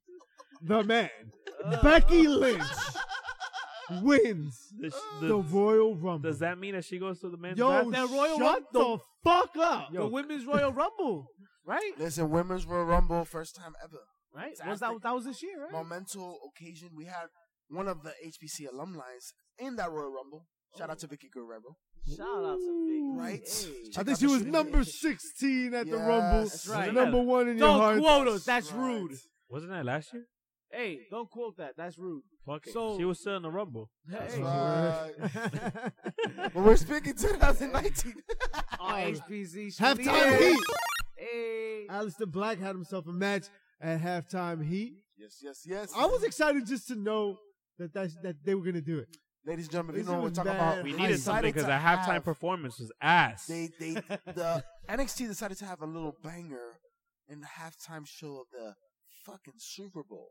the man, Uh, Becky Lynch wins the, sh- the, the, Royal Rumble. does that mean that she goes to the men's Yo, bathroom? That Royal shut Rumble- the fuck up. the Women's Royal Rumble, right? Listen, Women's Royal Rumble, first time ever. Right. Was that that was this year, right? Momental occasion. We had one of the HBC alumni in that Royal Rumble. Shout out to Vicky Guerrero. Shout out to Big Hey. Right? I Check think out she the was shooting number range. 16 at the Yes, Rumble. that's right. Number one in your Don't heart. quote us. That's Right. rude. Wasn't that last year? Hey, don't quote that. That's rude. Fuck it. So- she was still in the rumble. That's Hey, right. Halftime But we're speaking 2019. on HBZ. Heat. Hey. Alistair Black had himself a match at halftime Heat. yes, yes, yes. I was excited just to know that that's, that they were gonna do it. Ladies and gentlemen, if you This know what we're was talking bad. about. We I needed decided something because to the halftime have- performance was ass. They, they, the NXT decided to have a little banger in the halftime show of the fucking Super Bowl,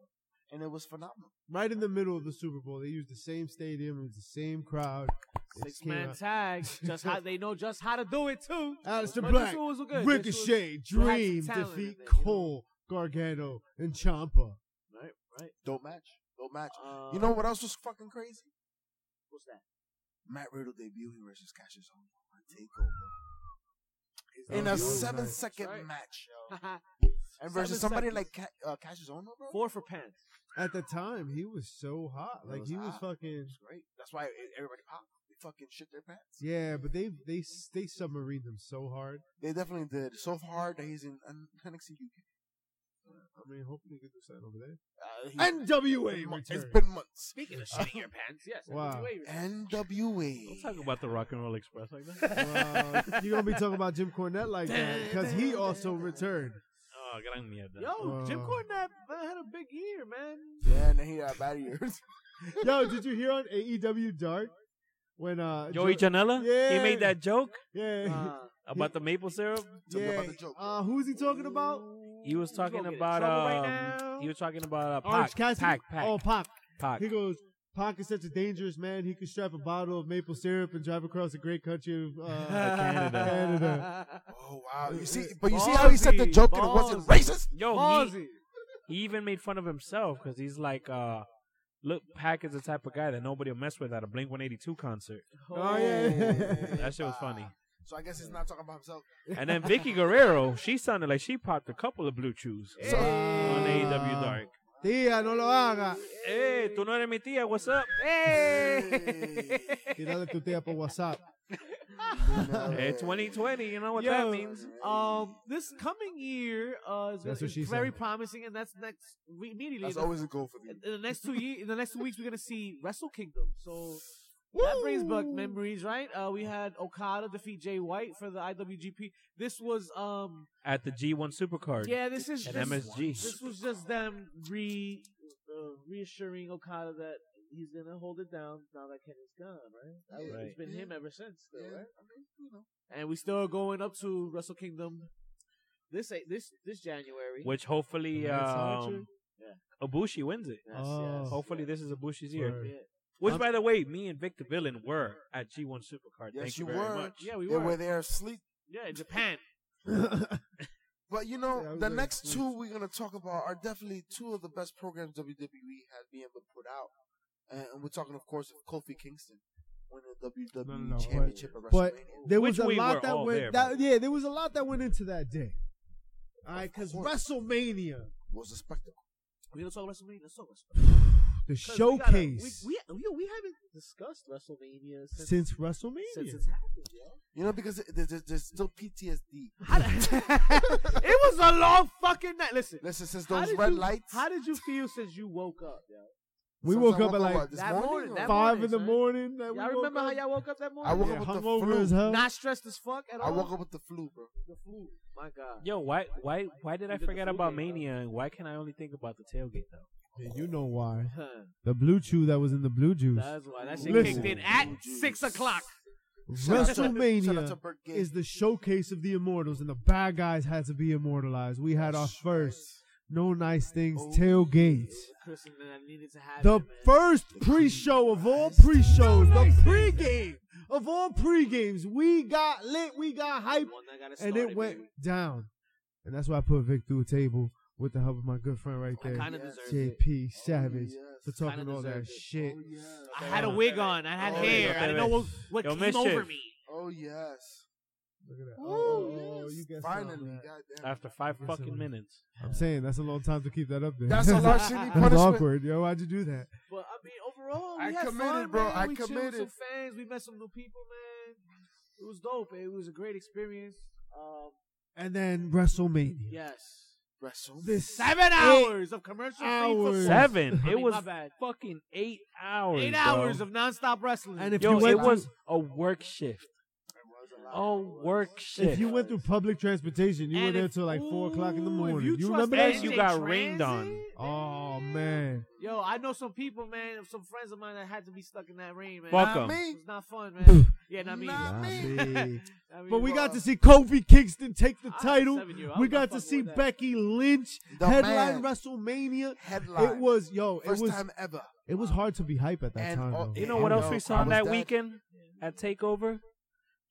and it was phenomenal. Right in the middle of the Super Bowl, they used the same stadium, it was the same crowd. It Six came man out. tag. Just how they know just how to do it too. Alistair But Black, This one was good. This one was- Ricochet, Dream, had some talent in defeat it, you know? Cole, Gargano, and Champa. Right, right. Dope match, dope match. Uh, you know what else was fucking crazy? What's that? Matt Riddle debuting versus Cassius Ohno on Takeover in Oh, a that was seven-second nice. That's right. match, yo. and Seven versus somebody seconds. like Ca- uh, Cassius Ohno, bro. Four for pants. At the time, he was so hot, It like was he was hot. fucking. It's great. That's why e- everybody popped. They fucking shit their pants. Yeah, but they they they submarined him so hard. They definitely did so hard that he's in N- NXT UK. I mean, hopefully they can do something over Uh, there. he- NWA Mo- return. It's been months. Uh, Speaking of shitting your pants, yes. Wow. Don't NWA. talk about the Rock and Roll Express like that. Wow, you're gonna be talking about Jim Cornette like that because he also returned. oh, gran mierda. Yo, Jim Wow. Cornette man, had a big year, man. Yeah, and then he got bad years. Yo, did you hear on AEW Dark when uh Joey Jo- Janela? He Yeah. made that joke yeah Uh, about the maple syrup. Tell me yeah about the joke. uh who was he talking about? He was He's gonna talking get in about trouble right um, now. he was talking about uh, Orange Pac, Cassidy. Pac, Pac, Oh, Pac. Pac. He goes. Pac is such a dangerous man. He could strap a bottle of maple syrup and drive across a great country of uh, Canada. Canada. Oh wow! You see, but you see how he said the Ballsy, joke and it ballsy. wasn't racist. Yo, he, Ballsy. he even made fun of himself because he's like, uh, look, Pac is the type of guy that nobody will mess with at a Blink 182 concert. Oh, yeah. That shit was funny. So I guess he's not talking about himself. And then Vicky Guerrero, she sounded like she popped a couple of blue chews So- on Hey. AEW Dark. Tia, Ah. no lo haga. Hey, tú no eres mi tía, what's up? Hey. Tirale tu tía por WhatsApp. Hey, 2020, you know what Yo, that means. Um, this coming year uh, is That's gonna, what she is very said. promising, and that's next we, immediately. That's the- always a goal for me. in in the next two years, in the next two weeks, we're gonna see Wrestle Kingdom. So that brings back memories, right? Uh, we had Okada defeat Jay White for the IWGP. This was um, At the G1 Supercard. yeah, this is And this, MSG. This was just them re uh, reassuring Okada that he's gonna hold it down now that Kenny's gone, right? That was- It's Right. been him ever since, though, Yeah, I right? mean, you know. and we still going up to Wrestle Kingdom this a- this this January. Which hopefully Right, so um, Yeah. Ibushi wins it. Yes, Oh. yes, Hopefully yes. this is Ibushi's year. Word. Yeah. Which, I'm- by the way, me and Victor Villain were at G1 Supercard. Yes, Thank you, you very were. much. Yeah, we They were. were there asleep. yeah, in Japan. But you Yeah, I know, was the there next asleep. two we're gonna talk about are definitely two of the best programs WWE has been able to put out, and and we're talking, of course, of Kofi Kingston winning the WWE No, no, no, but- Championship at but WrestleMania. There Which was a we were lot that all went. there, that, yeah, there was a lot that went into that day. All right, Of because course. WrestleMania, was a spectacle. We're gonna talk WrestleMania. Let's talk WrestleMania. the 'Cause we gotta- showcase We, we, we, we haven't discussed WrestleMania since since WrestleMania. since it's happened, yo. You know, because there- there- there's still PTSD. How the- it was a long fucking night. Listen, Listen, since how those did red you- lights. How did you feel since you woke up, yo? we since woke I up at like what, this That morning. morning, or- that five in morning, the son. morning. That we Y'all remember woke how up? y'all woke up that morning? I woke yeah, up with the hungover flu. as hell. Not stressed as fuck at all. I woke up with the flu, bro. the flu. My God. Yo, why why why did I You did the forget full about game, bro. Mania and why can I only think about the tailgate though? Yeah, you know why? Huh. The blue chew that was in the blue juice. That's why that shit Listen. kicked in at six o'clock. Shout out to- shout out to WrestleMania Bert Gay. is the showcase of the immortals, and the bad guys had to be immortalized. We had our first no nice things Oh, tailgate. Chris and I needed to have The it, man. first pre-show of all pre-shows, the pre-game of all pre-games. We got lit, we got hype, One that got us and started, it went baby. down. And that's why I put Vic through a table with the help of my good friend right I there, kind of Yes. deserved it. JP Savage, yes. for talking Kinda all that deserved it. shit. Oh, yes. I had a wig on. I had Oh, hair. yeah. I didn't know what, what Yo, came mischief. over me. Oh, yes. Look at that. Oh, yes. you guessed all Finally, that. goddamn. After five Yes, it fucking was. minutes. I'm saying that's a long time to keep that up there. That's a lot of shitty That's punishment. awkward, yo. Why'd you do that? But I mean, overall, we I had committed, fun, bro. Man. I we chilled with committed. Some fans, we met some new people, man. It was dope. It was a great experience. Um, And then WrestleMania. yes, Wrestle. This seven hours of commercial hours. free Seven. I It mean, was my bad. fucking eight hours. eight bro. hours of nonstop wrestling. And if Yo, you went it was a work shift. Oh, work shift. if you went through public transportation, you And were there if- till like four ooh, o'clock in the if morning. You, You, trust remember that? AJ You got Transit, rained on. Oh man, Yo, I know some people, man. Some friends of mine that had to be stuck in that rain, man. Fuck 'em. It was not fun, man. yeah, not me. Nah. Nah, me. me. Not me, but we bro. got to see Kofi Kingston take the I was title. seven year old. I We was not got to fucking see with that. Becky Lynch The man. headline WrestleMania. Headline. It was yo. It First was time ever. it was hard to be hype at that And time. all- though. You know Yeah, what I else know. we saw I on was that dead. weekend at Takeover?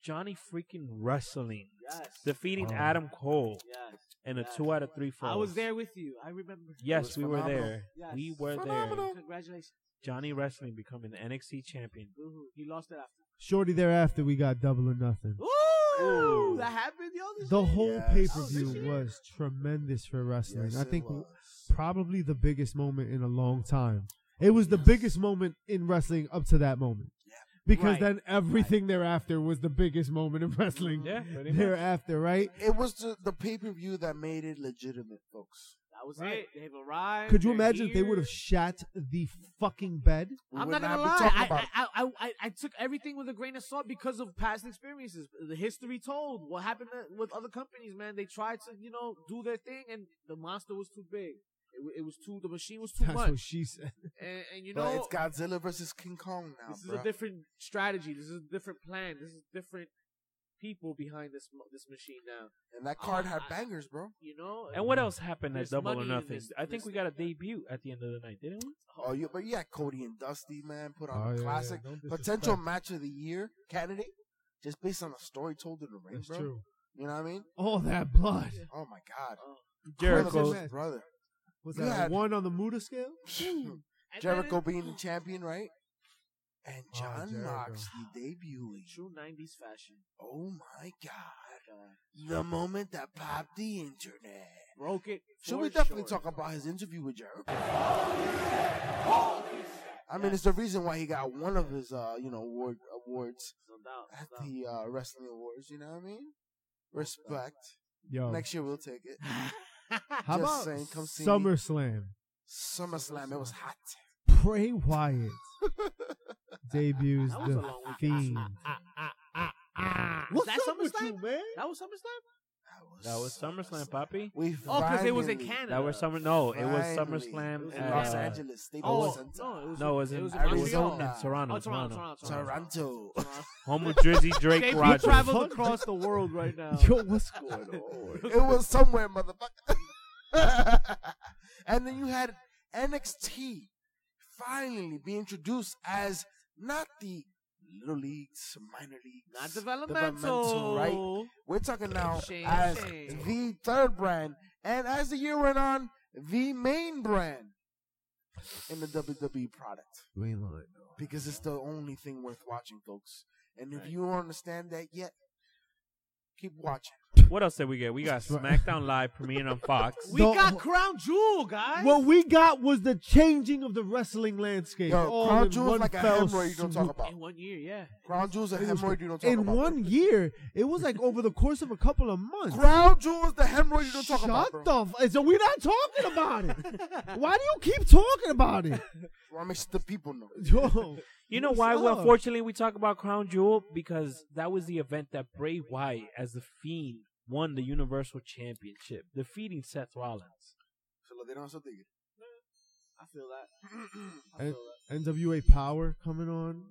Johnny freaking wrestling, Yes. defeating Oh. Adam Cole yes. in a Yes. two out of three falls. I was there with you. I remember. Yes, was we were phenomenal. there. Yes. We were there. Phenomenal. Congratulations. Johnny wrestling becoming the NXT champion. Boo-hoo. He lost it after. Shortly thereafter, we got Double or Nothing. Ooh, Ooh. that happened, yo. This The year? whole Yes. pay per Oh, this view year? was tremendous for wrestling. Yes, I it think was. probably the biggest moment in a long time. It was the biggest moment in wrestling up to that moment. Because Right. then everything thereafter was the biggest moment in wrestling Yeah, pretty much. thereafter, right? It was the, the pay per view that made it legitimate, folks. That was Right. it. They've arrived. Could you They're imagine if they here. would have shat the fucking bed? We I'm not would gonna be lie. talking about I, it. I, I, I, I took everything with a grain of salt because of past experiences. The history told. What happened to- with other companies, man? They tried to, you know, do their thing, and the monster was too big. It, wa- it was too. The machine was too That's what much. she said. And, and you But know, it's Godzilla versus King Kong now, this is bro. a different strategy. This is a different plan. This is different people behind this mo- this machine now. and that card had Oh, I- bangers, bro. You know. And what else happened at There's Double money or in Nothing? this- I think this we got a thing. debut at the end of the night, didn't we? Oh, yeah, but yeah, Cody and Dusty, man, put on Oh, yeah, a yeah. classic Don't disrespect. potential match of the year candidate, just based on a story told in the ring, bro. You know what I mean? All that blood. Oh my God, Jericho. Cole, brother, Was You that had- one on the Muda scale? And then Jericho it- being the champion, right? And Oh, John Jericho. Moxley debuting. True '90s fashion. Oh my God, the moment that popped the internet. Broke it. Should for we definitely sure. talk about his interview with Jericho? I mean, it's the reason why he got one of his, uh, you know, award awards No doubt. at no doubt. the uh, wrestling awards. You know what I mean? Respect. Yo, Next year we'll take it. just how about saying, come see me. SummerSlam? SummerSlam. It was hot. Bray Wyatt debuts That was a the long weekend. Fiend. Was that SummerSlam? man? That was SummerSlam? That was SummerSlam, Poppy. We Oh, because it was in finally- Canada. That was Summer. No, it was finally- SummerSlam. It was in at, Los uh, Angeles, state Oh, of Santa. no, it was, No, it was in, in it was Montreal. Arizona. in Toronto. Oh, Toronto, Toronto, Toronto. Toronto. Toronto. Home with Drizzy Drake Dave, you Rogers. traveled across the world right now. Yo, what's going on? it was somewhere, motherfucker. and then you had NXT finally be introduced as not the little leagues, minor leagues, Not developmental. right? We're talking now Shame, as shame. the third brand, and as the year went on, the main brand in the WWE product Green light. because it's the only thing worth watching, folks. And if you don't understand that yet, keep watching. What else did we get? We got SmackDown Live premiering on Fox. We No. got Crown Jewel, guys. What we got was the changing of the wrestling landscape. Yo, all crown in jewels one like a fell hemorrhoid you don't swoop. talk about. in one year, yeah. Crown jewels a It was- hemorrhoid you don't talk in about. bro. one year, it was like over the course of a couple of months. Crown jewels the hemorrhoid you don't talk Shut about. Bro. the f- so we're not talking about it. Why do you keep talking about it? Well, I mean, the people know. Yo, You know what's why? Well, up? unfortunately, we talk about Crown Jewel because that was the event that Bray Wyatt, as the Fiend, won the Universal Championship, defeating Seth Rollins. So they don't have something. I feel that. I And- feel that. NWA Power coming on,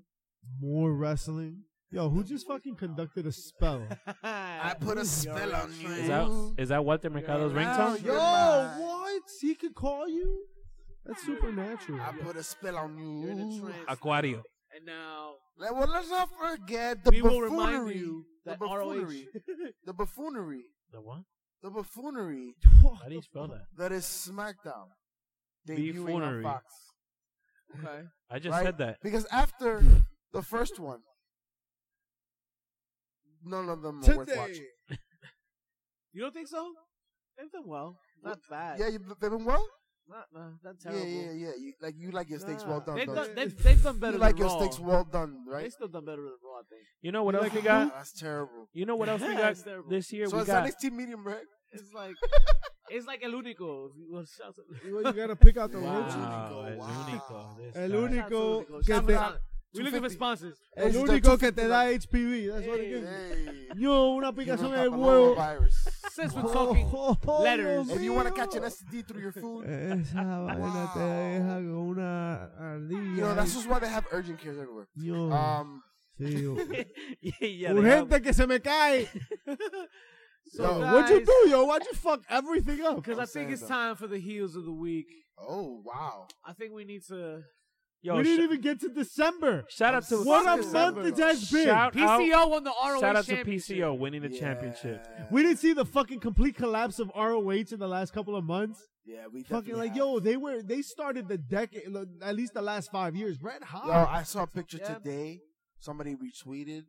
more wrestling. Yo, who just fucking conducted a spell? I put a spell on you. Is that is that Walter Mercado's ringtone? Yo, what? He could call you? That's supernatural. I put a spell on you. You're in a trance. Aquario. And now Let- well, let's not forget the we will buffoonery. remind you that the ROH. buffoonery. the buffoonery. The what? The buffoonery How do you spell that? that is SmackDown. Debuting on Buffoonery. Fox. Okay. I just right? said that. Because after the first one, none of them are worth watching. Today. You don't think so? They've done well. Not bad. Yeah, you, they've been well. Not, nah, not terrible. Yeah, yeah, yeah. You, like you like your steaks Nah. well done. They've don't done, you? they've, they've done you better like than your Raw. sticks well done, They right? still done better than Raw, I think. You know what else like we a got? who? That's terrible. You know what else we Yeah, got it's terrible. this year? So we it's got NXT medium rare. It's like it's like El Unico. If you want to shout something. Well, you gotta pick out the Wow. roach. Wow, El El Único, Único, this El guy. Shout out to El Único. Shout Único. que te- out- We looking for 250. sponsors. El It's the único two que te fifty da HPV. That's what it Hey. gives. Hey. Yo, una picazón en el Papilloma huevo. virus. Since we're talking letters. Oh. If you want to catch an STD through your food, Esa vaina te Wow. deja con una ardilla. you know that's just why they have urgent cares everywhere. Yo, Um, sí, yo. yeah, they have- Urgente Ah. que se me cae. So Yo, guys, What'd you do, yo? Why'd you fuck everything up? Because I I'm saying think it's though. time for the heels of the week. oh wow, I think we need to. Yo, we didn't sh- even get to December. shout out to What a December, month it though. has been. Shout PCO out, won the ROH shout out to championship. PCO winning the Yeah. championship. We didn't see the fucking complete collapse of ROH in the last couple of months. Yeah, we Fucking definitely like, have. yo, they were they started the decade, at least the last five years, red Yo, hot. I saw a picture Yeah. today. Somebody retweeted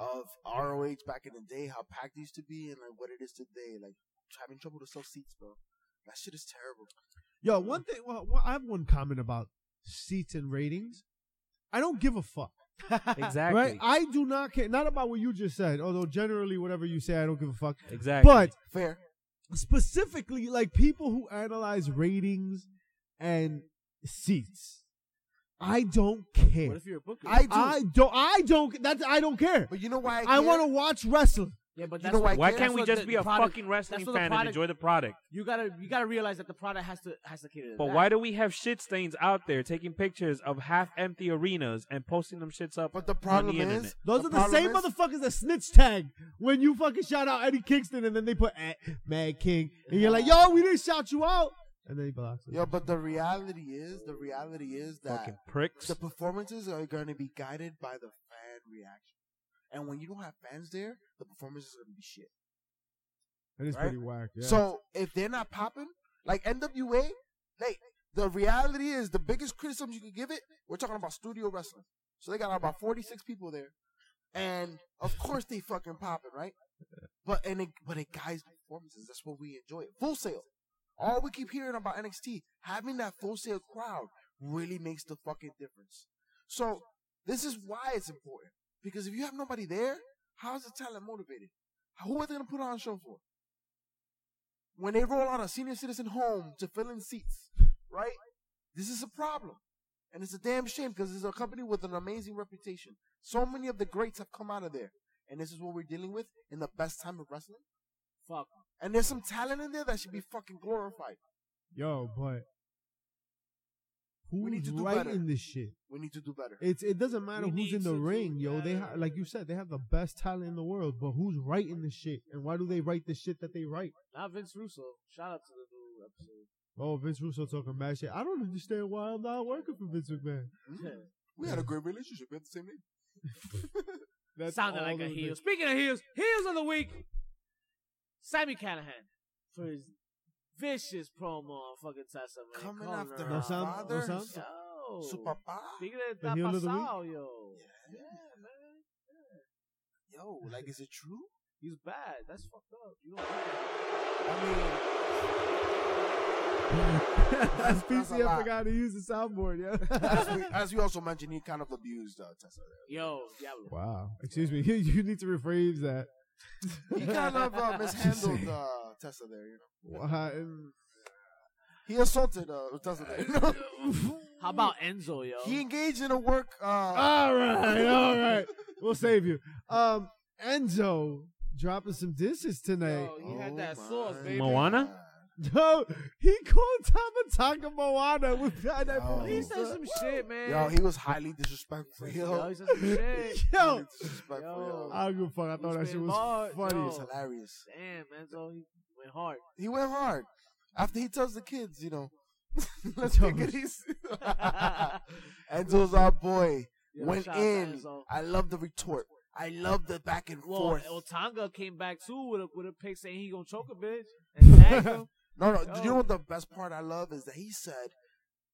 of ROH back in the day, how packed it used to be, and like what it is today. Like having trouble to sell seats, bro. That shit is terrible. Yo, one thing, well, well, I have one comment about seats and ratings. I don't give a fuck, Exactly. right? I do not care, not about what you just said. Although generally, whatever you say, I don't give a fuck. exactly. But Fair. specifically like people who analyze ratings and seats. I don't What care. if you're a booker? I do, I don't. I don't. That's. I don't care. but you know why? I, I want to watch wrestling. yeah, but you that's know what- why- Why that's can't we what just the- be a the product- fucking wrestling that's what the fan and product- enjoy the product? You gotta you gotta realize that the product has to has to cater. To But that. why do we have shit stains out there taking pictures of half empty arenas and posting them shits up But the on problem the internet? is, Those are the problem same is- motherfuckers that snitch tag when you fucking shout out Eddie Kingston and then they put at Mad King and you're like, yo, we didn't shout you out. And then he blocks it. Yo, but the reality is, the reality is that Fucking pricks. the performances are going to be guided by the fan reaction. And when you don't have fans there, the performances are going to be shit. That is right? pretty whack. Yeah. So if they're not popping, like NWA, like the reality is the biggest criticism you can give it, we're talking about studio wrestling. So they got about 46 people there. And of course they fucking popping, right? But and it, but it guys performances. That's what we enjoy. Full sale. All we keep hearing about NXT, having that full sale crowd really makes the fucking difference. So this is why it's important. Because if you have nobody there, how's the talent motivated? Who are they gonna put on a show for? when they roll out a senior citizen home to fill in seats, right? This is a problem. And it's a damn shame because it's a company with an amazing reputation. So many of the greats have come out of there. And this is what we're dealing with in the best time of wrestling. Fuck. And there's some talent in there that should be fucking glorified. Yo, but who's need to do right better. in this shit? We need to do better. It's it doesn't matter We who's need in the to do ring, yo. They ha- better. like you said, they have the best talent in the world, but who's writing the shit? And why do they write the shit that they write? Not Vince Russo. Shout out to the new episode. Oh, Vince Russo talking bad shit. I don't understand why I'm not working for Vince McMahon. Hmm. Yeah. We had a great relationship. We had the same name. That's Sounded all like of a the- heel. Speaking of heels, heels of the week, Sammy Callahan for his vicious promo on fucking Tessa. Man. Coming Calling after her her out. sound- no father, sound? su- Yo. su papá. Speaking of The that heel of the week? pasao, yo. Yeah, man. Yo, like, is it true? He's bad. That's fucked up. You don't do that. I mean, As that's a PCF lot. forgot to use the soundboard, yeah. as we, as we also mentioned, he kind of abused uh, Tessa. Yo, Diablo. wow. Excuse me. you need to rephrase that. There. He kind of uh, mishandled uh, Tessa there. You know, Why- he assaulted uh, Tessa there. You know? How about Enzo, yo? he engaged in a work. Ah, Uh, All right, all right. We'll save you. Um, Enzo dropping some disses tonight. Yo, he had that my sauce, baby. Moana? Yo, he called Tamatanga Moana with that. Yo. He said some shit, man. Yo, he was highly disrespectful. Yo, Yo, he said some shit. Yo, Highly disrespectful. Yo. Yo. I don't give a fuck. I thought that He's shit been was barred, funny. It's yo. hilarious. Damn, Enzo, he went hard. He went hard after he tells the kids, you know, let's take it easy. Enzo's our boy. Yo, went shout out to in. Enzo. I love the retort. I love the back and Well, forth. Otanga came back too with a with a pick saying he gonna choke a bitch and tag him. No, no. Do you Yo. know what the best part I love is that he said,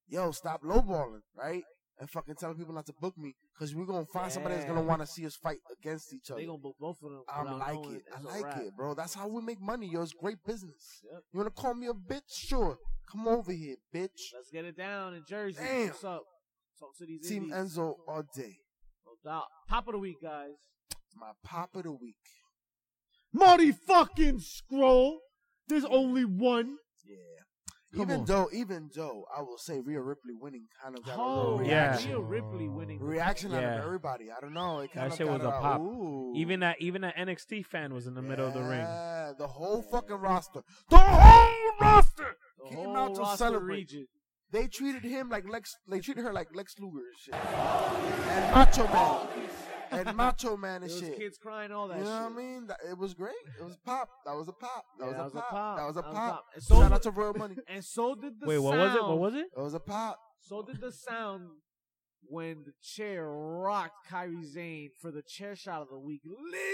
"Yo, stop lowballing, right?" And fucking telling people not to book me because we're gonna find somebody that's Yeah. gonna want to see us fight against each other. They gonna book both of them. I without like knowing it. I It's a like wrap. it, bro. That's how we make money, yo. It's great business. Yep. You wanna call me a bitch? Sure. Come over here, bitch. Let's get it down in Jersey. Damn. uh, What's up? Talk to these Team indies. Enzo all day. No doubt. Pop of the week, guys. My pop of the week. Marty fucking Scroll. There's only one. Yeah. Come even on. though, even though, I will say Rhea Ripley winning kind of got a Oh, little yeah. reaction. Rhea Ripley winning. Reaction out Yeah. of everybody. I don't know. It kind That of shit got was a a- pop. Ooh. Even that, even that NXT fan was in the middle of the ring. Yeah, the whole fucking roster. The whole roster. The Came whole out to roster celebrate. region. They treated him like Lex. They treated her like Lex Luger and shit. And Macho Man. And Macho Man and There was shit. kids crying, all you that know shit. what I mean? That- It was great. It was pop. That was a pop. That, Yeah, was, a pop. That was a pop. And so, Shout out to Royal Money. and so did the Wait, what was it? What was it? That was a pop. So did the sound when the chair rocked Kyrie Zane for the chair shot of the week.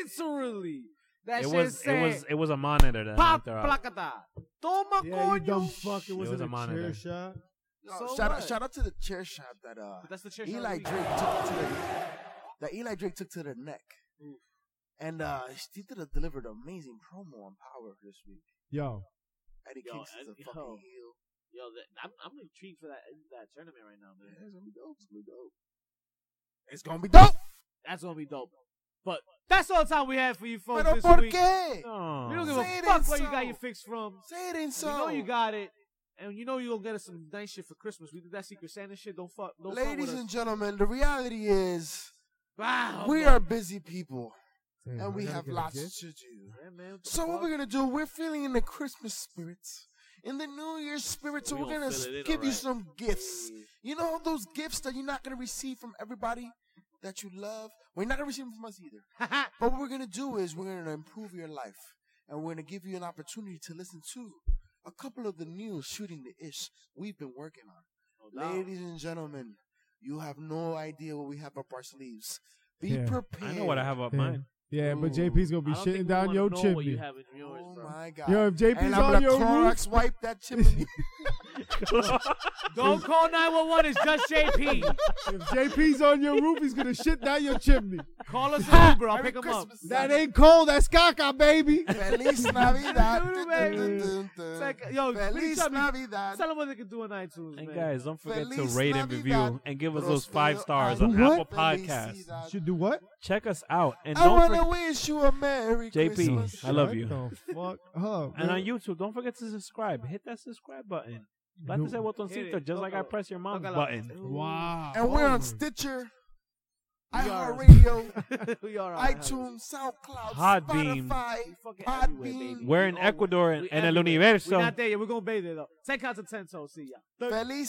Literally. That It shit was, it said, was, it was a monitor that Pop knocked her out. placata. Toma Yeah, you coño. dumb fuck. It It wasn't was a a, chair monitor. shot. Yo, So shout out, what? shout out to the chair shot that uh But that's the chair shot. Eli of the week. Drake took to the that Eli Drake took to the neck. Oof. And uh he did a, delivered an amazing promo on Power this week. Yo, Eddie Yo, Kingston's a and- yo. fucking heel. Yo, that, I'm, I'm intrigued for that that tournament right now, Yeah, man. It's gonna be dope. It's gonna be dope. It's gonna be dope. That's gonna be dope. But that's all the time we have for you folks Pero this por week. qué? Oh. We don't give Say a it fuck ain't where you so. got your fix from. Say it ain't You so. know you got it, and you know you're gonna get us some nice shit for Christmas. We did that Secret Santa shit. Don't fuck. Don't fuck with Ladies us. and gentlemen, the reality is Wow. we man. are busy people and we have lots to do. Yeah, man, what the So what fuck? we're gonna do? We're feeling in the Christmas spirit, in the New Year spirit. So We we're gonna gonna fill s- it in, give you alright. Mm. some gifts. You know those gifts that you're not gonna receive from everybody that you love. We're not gonna receive them from us either. But what we're gonna do is we're gonna improve your life, and we're gonna give you an opportunity to listen to a couple of the news shooting the ish we've been working on. Ladies and gentlemen, you have no idea what we have up our sleeves. Be Yeah. I know prepared. I know what I have up mine. Yeah, Ooh. but JP's gonna be I don't think we shitting down wanna your know What you chimney. have in yours, Oh bro. my god. Yo, if JP's and on I'm gonna your roof, Clorox wipe that chimney. Don't call 911. It's just JP. if JP's on your roof, he's gonna shit down your chimney. call us an Uber. I'll Merry pick him up. Christmas. That ain't cold. That's caca, baby. Feliz Navidad. Dude, Dun, baby. dun, dun, dun. It's like, yo, please Feliz tell me- Navidad. Tell them what they can do on iTunes, And man. guys, don't forget to Feliz rate and Navidad. review and give us those Prospero five stars año. on What? Apple Podcasts. Felicidad. Should do what? Check us out and I don't want to forget, wish you a Merry JP, Christmas. I love you. What the fuck? Oh, and man. on YouTube, don't forget to subscribe. Hit that subscribe button. Like I Hit said, it. botoncito, just like I Tócalo. press your mom's Tócalo. button. Wow. And we're Oh, on my Stitcher, We are. iHeartRadio, we are on iTunes, SoundCloud, Podbean. Spotify, We fucking everywhere, baby. Podbean. We're in We always- Ecuador we and El everywhere. We're Universo. not there yet. We're gonna bathe it though. Ten counts of ten, so see ya. Feliz